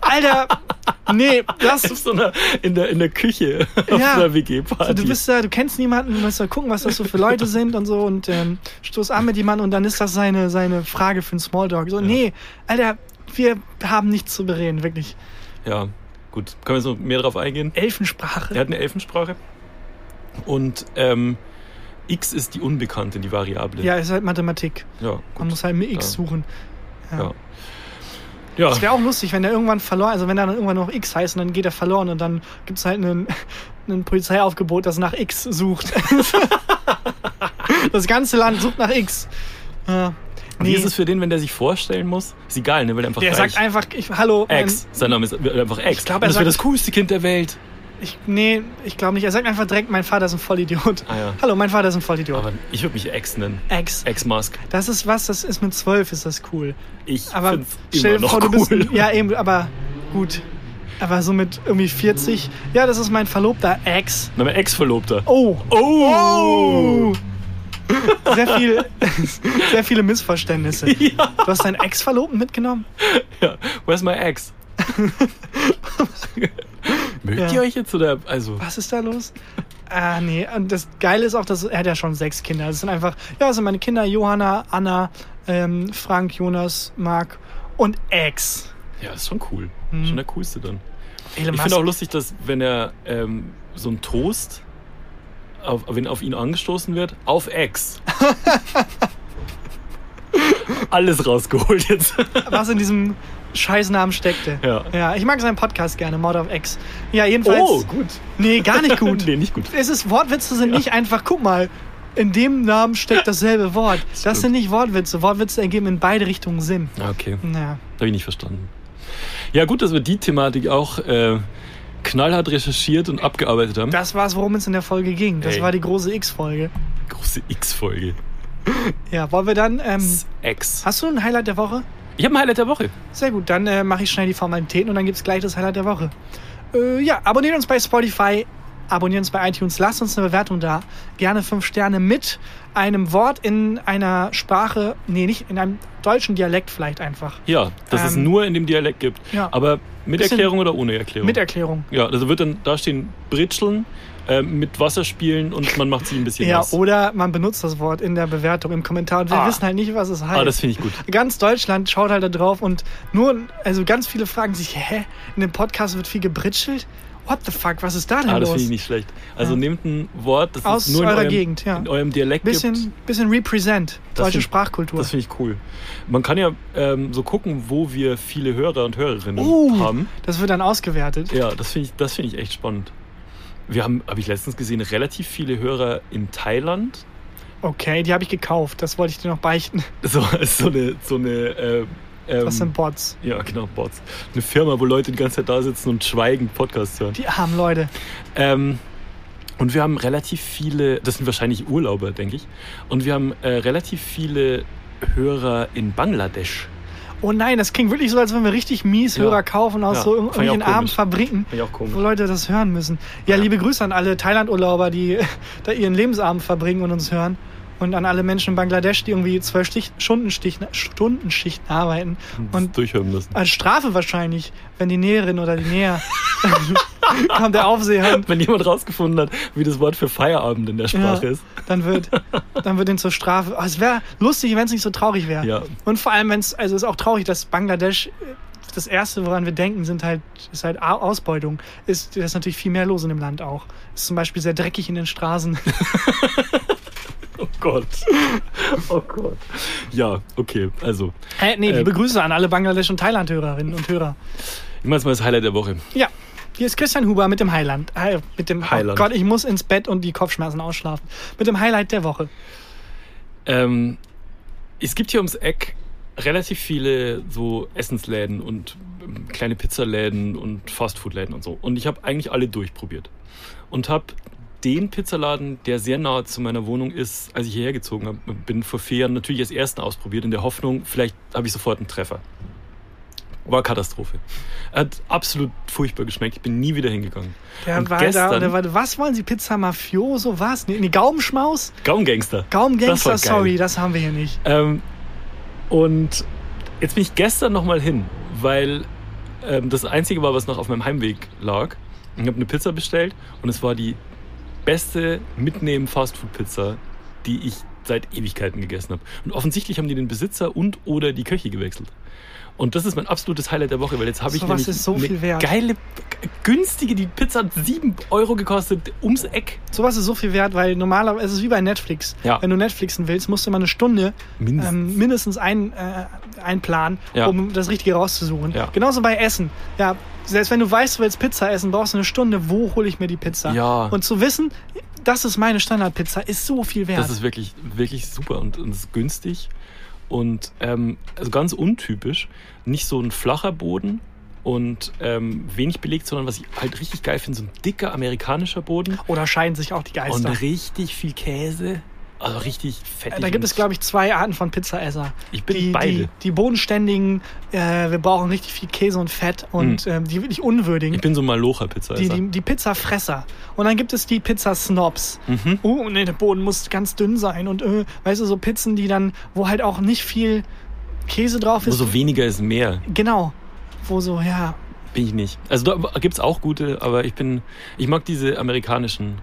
Speaker 1: Alter, nee, lass.
Speaker 2: auf so einer, in, der, in der Küche auf
Speaker 1: Ja.
Speaker 2: einer
Speaker 1: So,
Speaker 2: WG-Party.
Speaker 1: du bist da, du kennst niemanden, du musst da gucken, was das so für Leute sind und so und ähm, stoß an mit jemandem und dann ist das seine, seine Frage für einen Smalltalk. So, nee, Alter, wir haben nichts zu bereden, wirklich.
Speaker 2: ja, gut. Können wir jetzt noch mehr drauf eingehen?
Speaker 1: Elfensprache.
Speaker 2: Er hat eine Elfensprache. Und ähm, X ist die Unbekannte, die Variable.
Speaker 1: Ja, ist halt Mathematik.
Speaker 2: ja
Speaker 1: Man
Speaker 2: gut.
Speaker 1: muss halt mit X
Speaker 2: Ja.
Speaker 1: suchen.
Speaker 2: Ja. Ja.
Speaker 1: Das wäre auch lustig, wenn der irgendwann verloren, also wenn er dann irgendwann noch X heißt und dann geht er verloren und dann gibt es halt einen, einen Polizeiaufgebot, das nach X sucht. das ganze Land sucht nach X. Ja.
Speaker 2: Wie ist es für den, wenn der sich vorstellen muss? Ist egal, ne? Weil er einfach
Speaker 1: der
Speaker 2: reich-
Speaker 1: sagt einfach, ich, hallo, mein-
Speaker 2: Ex. Sein Name ist einfach Ex.
Speaker 1: Ich glaub,
Speaker 2: Und
Speaker 1: er
Speaker 2: das wäre
Speaker 1: sagt-
Speaker 2: das coolste Kind der Welt.
Speaker 1: Ich, nee, ich glaube nicht. Er sagt einfach direkt, mein Vater ist ein Vollidiot.
Speaker 2: Ah, ja.
Speaker 1: Hallo, mein Vater ist ein Vollidiot.
Speaker 2: Aber ich würde mich Ex nennen.
Speaker 1: Ex.
Speaker 2: Ex-Mask.
Speaker 1: Das ist was, das ist mit zwölf, ist das cool.
Speaker 2: Ich
Speaker 1: Aber
Speaker 2: find's
Speaker 1: stell
Speaker 2: immer
Speaker 1: dir
Speaker 2: noch
Speaker 1: vor, du
Speaker 2: cool.
Speaker 1: bist. ein- Ja, eben, aber gut. Aber so mit irgendwie 40. Ja, das ist mein Verlobter, Ex.
Speaker 2: Na, mein Ex-Verlobter.
Speaker 1: Oh.
Speaker 2: Oh!
Speaker 1: Sehr, viel, sehr viele Missverständnisse. Du hast deinen Ex-Verlobten mitgenommen?
Speaker 2: Ja. Where's my Ex? Mögt
Speaker 1: Ja.
Speaker 2: ihr euch jetzt oder? Also,
Speaker 1: Was ist da los? Ah, nee. Und das Geile ist auch, dass er hat ja schon sechs Kinder. Das sind einfach, ja, das sind meine Kinder, Johanna, Anna, ähm, Frank, Jonas, Marc und Ex.
Speaker 2: ja, ist schon cool.
Speaker 1: Hm.
Speaker 2: Schon der coolste dann.
Speaker 1: Elon
Speaker 2: Ich finde auch
Speaker 1: Musk-
Speaker 2: lustig, dass wenn er ähm, so ein Toast, auf, wenn auf ihn angestoßen wird, auf Ex. Alles rausgeholt jetzt.
Speaker 1: was in diesem Scheißnamen steckte.
Speaker 2: Ja.
Speaker 1: ja. Ich mag seinen Podcast gerne, Mord auf Ex. Ja, jedenfalls.
Speaker 2: Oh, gut.
Speaker 1: Nee, gar nicht gut.
Speaker 2: nee, nicht gut.
Speaker 1: Es ist Wortwitze sind nicht einfach, guck mal, in dem Namen steckt dasselbe Wort. Das sind nicht Wortwitze. Wortwitze ergeben in beide Richtungen Sinn.
Speaker 2: Ah, Okay.
Speaker 1: Ja.
Speaker 2: Habe ich nicht verstanden. Ja, gut, dass wir die Thematik auch äh, knallhart recherchiert und abgearbeitet haben.
Speaker 1: Das war's, worum es in der Folge ging. Das
Speaker 2: Ey.
Speaker 1: war die große X-Folge.
Speaker 2: Große X-Folge.
Speaker 1: Ja, wollen wir dann. Ähm,
Speaker 2: X.
Speaker 1: hast du ein Highlight der Woche?
Speaker 2: Hm. Ich habe ein Highlight der Woche.
Speaker 1: Sehr gut, dann äh, mache ich schnell die Formalitäten und dann gibt's gleich das Highlight der Woche. Äh, ja, abonniert uns bei Spotify, abonniert uns bei iTunes, lasst uns eine Bewertung da. Gerne fünf Sterne mit einem Wort in einer Sprache, nee, nicht in einem deutschen Dialekt vielleicht einfach.
Speaker 2: Ja, dass es
Speaker 1: Ähm,
Speaker 2: nur in dem Dialekt gibt.
Speaker 1: ja.
Speaker 2: Aber mit
Speaker 1: Bisschen-
Speaker 2: Erklärung oder ohne Erklärung?
Speaker 1: Mit Erklärung.
Speaker 2: ja, also wird dann da stehen Britscheln, äh, mit Wasser spielen und man macht sie ein bisschen
Speaker 1: Ja, oh,
Speaker 2: nass.
Speaker 1: oder man benutzt das Wort in der Bewertung, im Kommentar und wir
Speaker 2: Ah.
Speaker 1: wissen halt nicht, was es heißt.
Speaker 2: Ah, das finde ich gut.
Speaker 1: ganz Deutschland schaut halt da drauf und nur, also ganz viele fragen sich, hä, in dem Podcast wird viel gebritschelt? What the fuck, was ist da denn
Speaker 2: Ah, das
Speaker 1: los?
Speaker 2: finde ich nicht schlecht. Also
Speaker 1: Ja.
Speaker 2: nehmt ein Wort, das
Speaker 1: Aus
Speaker 2: es nur in
Speaker 1: eurer
Speaker 2: eurem,
Speaker 1: Gegend, ja.
Speaker 2: in eurem Dialekt gibt.
Speaker 1: Bisschen, bisschen represent,
Speaker 2: Das
Speaker 1: deutsche
Speaker 2: find-
Speaker 1: Sprachkultur.
Speaker 2: Das finde ich cool. Man kann ja ähm, so gucken, wo wir viele Hörer und Hörerinnen
Speaker 1: Oh,
Speaker 2: haben.
Speaker 1: das wird dann ausgewertet.
Speaker 2: Ja, das finde ich, das finde ich echt spannend. Wir haben, habe ich letztens gesehen, relativ viele Hörer in Thailand.
Speaker 1: Okay, die habe ich gekauft, das wollte ich dir noch beichten.
Speaker 2: So, so eine, so eine äh, ähm,
Speaker 1: Das sind Bots.
Speaker 2: ja, genau, Bots. Eine Firma, wo Leute die ganze Zeit da sitzen und schweigen, Podcasts hören.
Speaker 1: Die armen Leute.
Speaker 2: Ähm, und wir haben relativ viele, das sind wahrscheinlich Urlauber, denke ich. Und wir haben äh, relativ viele Hörer in Bangladesch.
Speaker 1: Oh nein, das klingt wirklich so, als wenn wir richtig mies
Speaker 2: Ja.
Speaker 1: Hörer kaufen aus
Speaker 2: Ja,
Speaker 1: so
Speaker 2: fand ich auch
Speaker 1: irgendwelchen armen
Speaker 2: komisch.
Speaker 1: Fabriken,
Speaker 2: Finde ich auch
Speaker 1: wo
Speaker 2: komisch.
Speaker 1: Leute das hören müssen. Ja,
Speaker 2: Ja.
Speaker 1: liebe Grüße an alle Thailand-Urlauber, die da ihren Lebensabend verbringen und uns hören. Und an alle Menschen in Bangladesch, die irgendwie zwölf Stich, Stundenstich, Stundenschichten arbeiten
Speaker 2: Das
Speaker 1: und
Speaker 2: durchhören müssen.
Speaker 1: als Strafe wahrscheinlich, wenn die Näherin oder die Näher kommt der Aufseher und
Speaker 2: Wenn jemand rausgefunden hat, wie das Wort für Feierabend in der Sprache
Speaker 1: Ja.
Speaker 2: ist.
Speaker 1: dann wird, dann wird ihn zur Strafe. Oh, es wäre lustig, wenn es nicht so traurig wäre.
Speaker 2: Ja.
Speaker 1: Und vor allem, wenn es, also es ist auch traurig, dass Bangladesch äh, das erste, woran wir denken, sind halt, ist halt A- Ausbeutung. Ist, da ist natürlich viel mehr los in dem Land auch. Ist zum Beispiel sehr dreckig in den Straßen.
Speaker 2: Oh Gott. Oh Gott. Ja, okay, also.
Speaker 1: Hä, nee,
Speaker 2: Äh,
Speaker 1: liebe Grüße an alle Bangladesch- und Thailand-Hörerinnen und Hörer.
Speaker 2: Ich mach's mal das Highlight der Woche.
Speaker 1: Ja, hier ist Christian Huber mit dem Highland. Hi- Mit dem
Speaker 2: Highland.
Speaker 1: Oh Gott, ich muss ins Bett und die Kopfschmerzen ausschlafen. Mit dem Highlight der Woche.
Speaker 2: Ähm, es gibt hier ums Eck relativ viele so Essensläden und ähm, kleine Pizzaläden und Fastfoodläden und so. Und ich habe eigentlich alle durchprobiert. Und habe den Pizzaladen, der sehr nahe zu meiner Wohnung ist, als ich hierher gezogen hab, bin, vor vier Jahren natürlich als ersten ausprobiert, in der Hoffnung, vielleicht habe ich sofort einen Treffer. War Katastrophe. Hat absolut furchtbar geschmeckt. Ich bin nie wieder hingegangen.
Speaker 1: Der
Speaker 2: Und
Speaker 1: war da
Speaker 2: gestern-
Speaker 1: und der war, was wollen Sie? Pizza Mafioso? Was? Nee, nee Gaumenschmaus?
Speaker 2: Gaumengangster. Das war
Speaker 1: Gaumengangster,
Speaker 2: geil.
Speaker 1: sorry, das haben wir hier nicht.
Speaker 2: Ähm, und jetzt bin ich gestern nochmal hin, weil ähm, das Einzige war, was noch auf meinem Heimweg lag. Ich habe eine Pizza bestellt und es war die beste Mitnehmen-Fastfood-Pizza, die ich seit Ewigkeiten gegessen habe. Und offensichtlich haben die den Besitzer und oder die Köche gewechselt. Und das ist mein absolutes Highlight der Woche, weil jetzt habe ich
Speaker 1: Sowas
Speaker 2: nämlich
Speaker 1: ist so
Speaker 2: eine
Speaker 1: viel wert.
Speaker 2: geile, günstige, die Pizza hat 7 Euro gekostet, ums Eck.
Speaker 1: Sowas ist so viel wert, weil normalerweise es ist wie bei Netflix.
Speaker 2: Ja.
Speaker 1: Wenn du Netflixen willst, musst du immer eine Stunde
Speaker 2: Mindestens.
Speaker 1: ähm, mindestens ein, äh, einplanen,
Speaker 2: Ja.
Speaker 1: um das Richtige rauszusuchen.
Speaker 2: Ja.
Speaker 1: Genauso bei Essen. Ja, selbst wenn du weißt, du willst Pizza essen, brauchst du eine Stunde, wo hole ich mir die Pizza?
Speaker 2: Ja.
Speaker 1: Und zu wissen, das ist meine Standardpizza, ist so viel wert.
Speaker 2: Das ist wirklich, wirklich super und, und ist günstig. Und ähm, also ganz untypisch, nicht so ein flacher Boden und ähm, wenig belegt, sondern was ich halt richtig geil finde, so ein dicker amerikanischer Boden
Speaker 1: Oder scheiden sich auch die
Speaker 2: und
Speaker 1: Geister.
Speaker 2: richtig viel Käse. Also richtig fettig.
Speaker 1: Äh, Da gibt es, glaube ich, zwei Arten von Pizzaesser.
Speaker 2: Ich bin
Speaker 1: die,
Speaker 2: beide.
Speaker 1: Die, die bodenständigen, äh, wir brauchen richtig viel Käse und Fett und ähm, die wirklich unwürdigen.
Speaker 2: Hm. ich bin so ein Malocher-Pizza.
Speaker 1: die, die, die Pizzafresser. Und dann gibt es die Pizzasnobs.
Speaker 2: Mhm.
Speaker 1: Oh, nee, der Boden muss ganz dünn sein. Und äh, weißt du, so Pizzen, die dann, wo halt auch nicht viel Käse drauf
Speaker 2: Wo
Speaker 1: ist.
Speaker 2: so weniger ist mehr,
Speaker 1: genau. Wo so, ja.
Speaker 2: bin ich nicht. Also da gibt es auch gute, aber ich bin, ich mag diese amerikanischen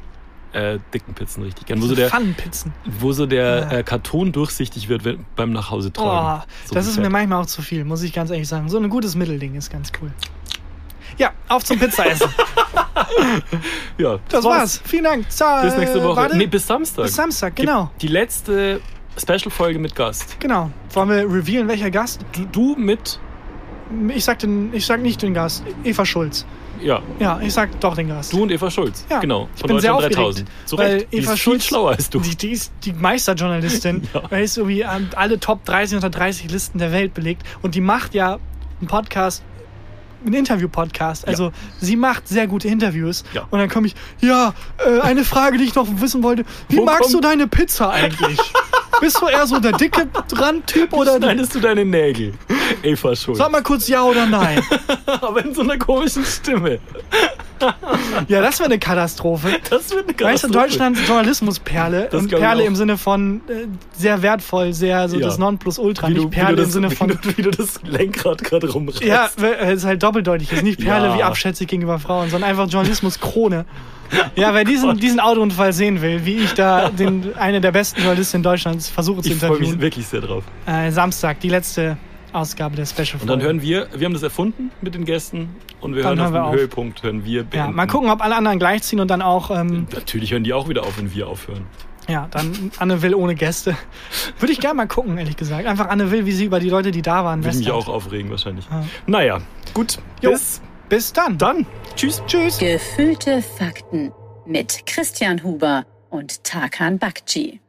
Speaker 2: äh, dicken Pizzen richtig gern. Wo so der,
Speaker 1: Pfannenpizzen.
Speaker 2: wo so der
Speaker 1: Ja.
Speaker 2: äh, Karton durchsichtig wird wenn, beim
Speaker 1: Ah. Oh,
Speaker 2: Nachhause-Tragen. So
Speaker 1: das ist mir
Speaker 2: gefällt.
Speaker 1: manchmal auch zu viel, muss ich ganz ehrlich sagen. So ein gutes Mittelding ist ganz cool. Ja, auf zum Pizzaessen.
Speaker 2: Ja,
Speaker 1: Das war's. Vielen Dank. Ciao.
Speaker 2: Bis nächste Woche.
Speaker 1: Warte.
Speaker 2: Nee, bis Samstag.
Speaker 1: Bis Samstag,
Speaker 2: Gibt
Speaker 1: genau.
Speaker 2: Die letzte Special-Folge mit Gast.
Speaker 1: Genau. Wollen wir revealen, welcher Gast?
Speaker 2: Du, du mit.
Speaker 1: Ich sag, den, ich sag nicht den Gast. Eva Schulz.
Speaker 2: Ja,
Speaker 1: Ja, ich sag doch den Gast.
Speaker 2: du und Eva Schulz.
Speaker 1: Ja,
Speaker 2: genau.
Speaker 1: ich bin sehr aufgeregt,
Speaker 2: Zu
Speaker 1: weil
Speaker 2: Recht. Die
Speaker 1: Eva
Speaker 2: ist
Speaker 1: Schulz-
Speaker 2: viel schlauer als du.
Speaker 1: Die, die ist die Meisterjournalistin,
Speaker 2: Ja.
Speaker 1: weil es irgendwie ähm, alle Top 30 unter 30 Listen der Welt belegt. Und die macht ja einen Podcast, einen Interview-Podcast. Also sie macht sehr gute Interviews.
Speaker 2: Ja.
Speaker 1: Und dann komme ich, ja, äh, eine Frage, die ich noch wissen wollte. Wie
Speaker 2: Wo
Speaker 1: magst du
Speaker 2: kommt-
Speaker 1: deine Pizza eigentlich? Bist du eher so der dicke Randtyp oder...
Speaker 2: Schneidest du deine Nägel, Eva Schulz.
Speaker 1: Sag mal kurz ja oder nein.
Speaker 2: Aber in so einer komischen Stimme.
Speaker 1: Ja, das wäre eine Katastrophe.
Speaker 2: Das wird eine
Speaker 1: Weißt du,
Speaker 2: Katastrophe.
Speaker 1: Deutschland ist Journalismusperle.
Speaker 2: Das
Speaker 1: Und
Speaker 2: glaub ich
Speaker 1: Perle
Speaker 2: auch.
Speaker 1: im Sinne von äh, sehr wertvoll, sehr so
Speaker 2: Ja.
Speaker 1: das Nonplusultra,
Speaker 2: Wie du,
Speaker 1: nicht Perle
Speaker 2: wie du das,
Speaker 1: im Sinne
Speaker 2: Wie
Speaker 1: von.
Speaker 2: du, wie du das Lenkrad gerade rumreißt.
Speaker 1: Ja, weil es halt doppeldeutig ist. Nicht Perle
Speaker 2: Ja.
Speaker 1: wie abschätzig gegenüber Frauen, sondern einfach Journalismus-Krone. Ja, wer diesen, diesen Autounfall sehen will, wie ich da den, eine der besten Journalistinnen Deutschlands versuche zu
Speaker 2: Ich freue mich
Speaker 1: interviewen.
Speaker 2: wirklich sehr drauf.
Speaker 1: Äh, Samstag, die letzte Ausgabe der Special
Speaker 2: Und dann hören wir, wir haben das erfunden mit den Gästen und wir
Speaker 1: Dann
Speaker 2: hören auf
Speaker 1: hören wir
Speaker 2: den
Speaker 1: auf.
Speaker 2: Höhepunkt, hören wir.
Speaker 1: ja,
Speaker 2: beenden.
Speaker 1: mal gucken, ob alle anderen gleichziehen und dann auch, ähm,
Speaker 2: Natürlich hören die auch wieder auf, wenn wir aufhören.
Speaker 1: ja, dann Anne Will ohne Gäste. Würde ich gerne mal gucken, ehrlich gesagt. Einfach Anne Will, wie sie über die Leute, die da waren,
Speaker 2: Würde mich
Speaker 1: lästert.
Speaker 2: auch aufregen wahrscheinlich.
Speaker 1: Ja.
Speaker 2: Naja, gut.
Speaker 1: Jo.
Speaker 2: Bis
Speaker 1: Bis dann.
Speaker 2: dann. Tschüss.
Speaker 1: Tschüss.
Speaker 3: Gefühlte Fakten mit Christian Huber und Tarkan Bakci.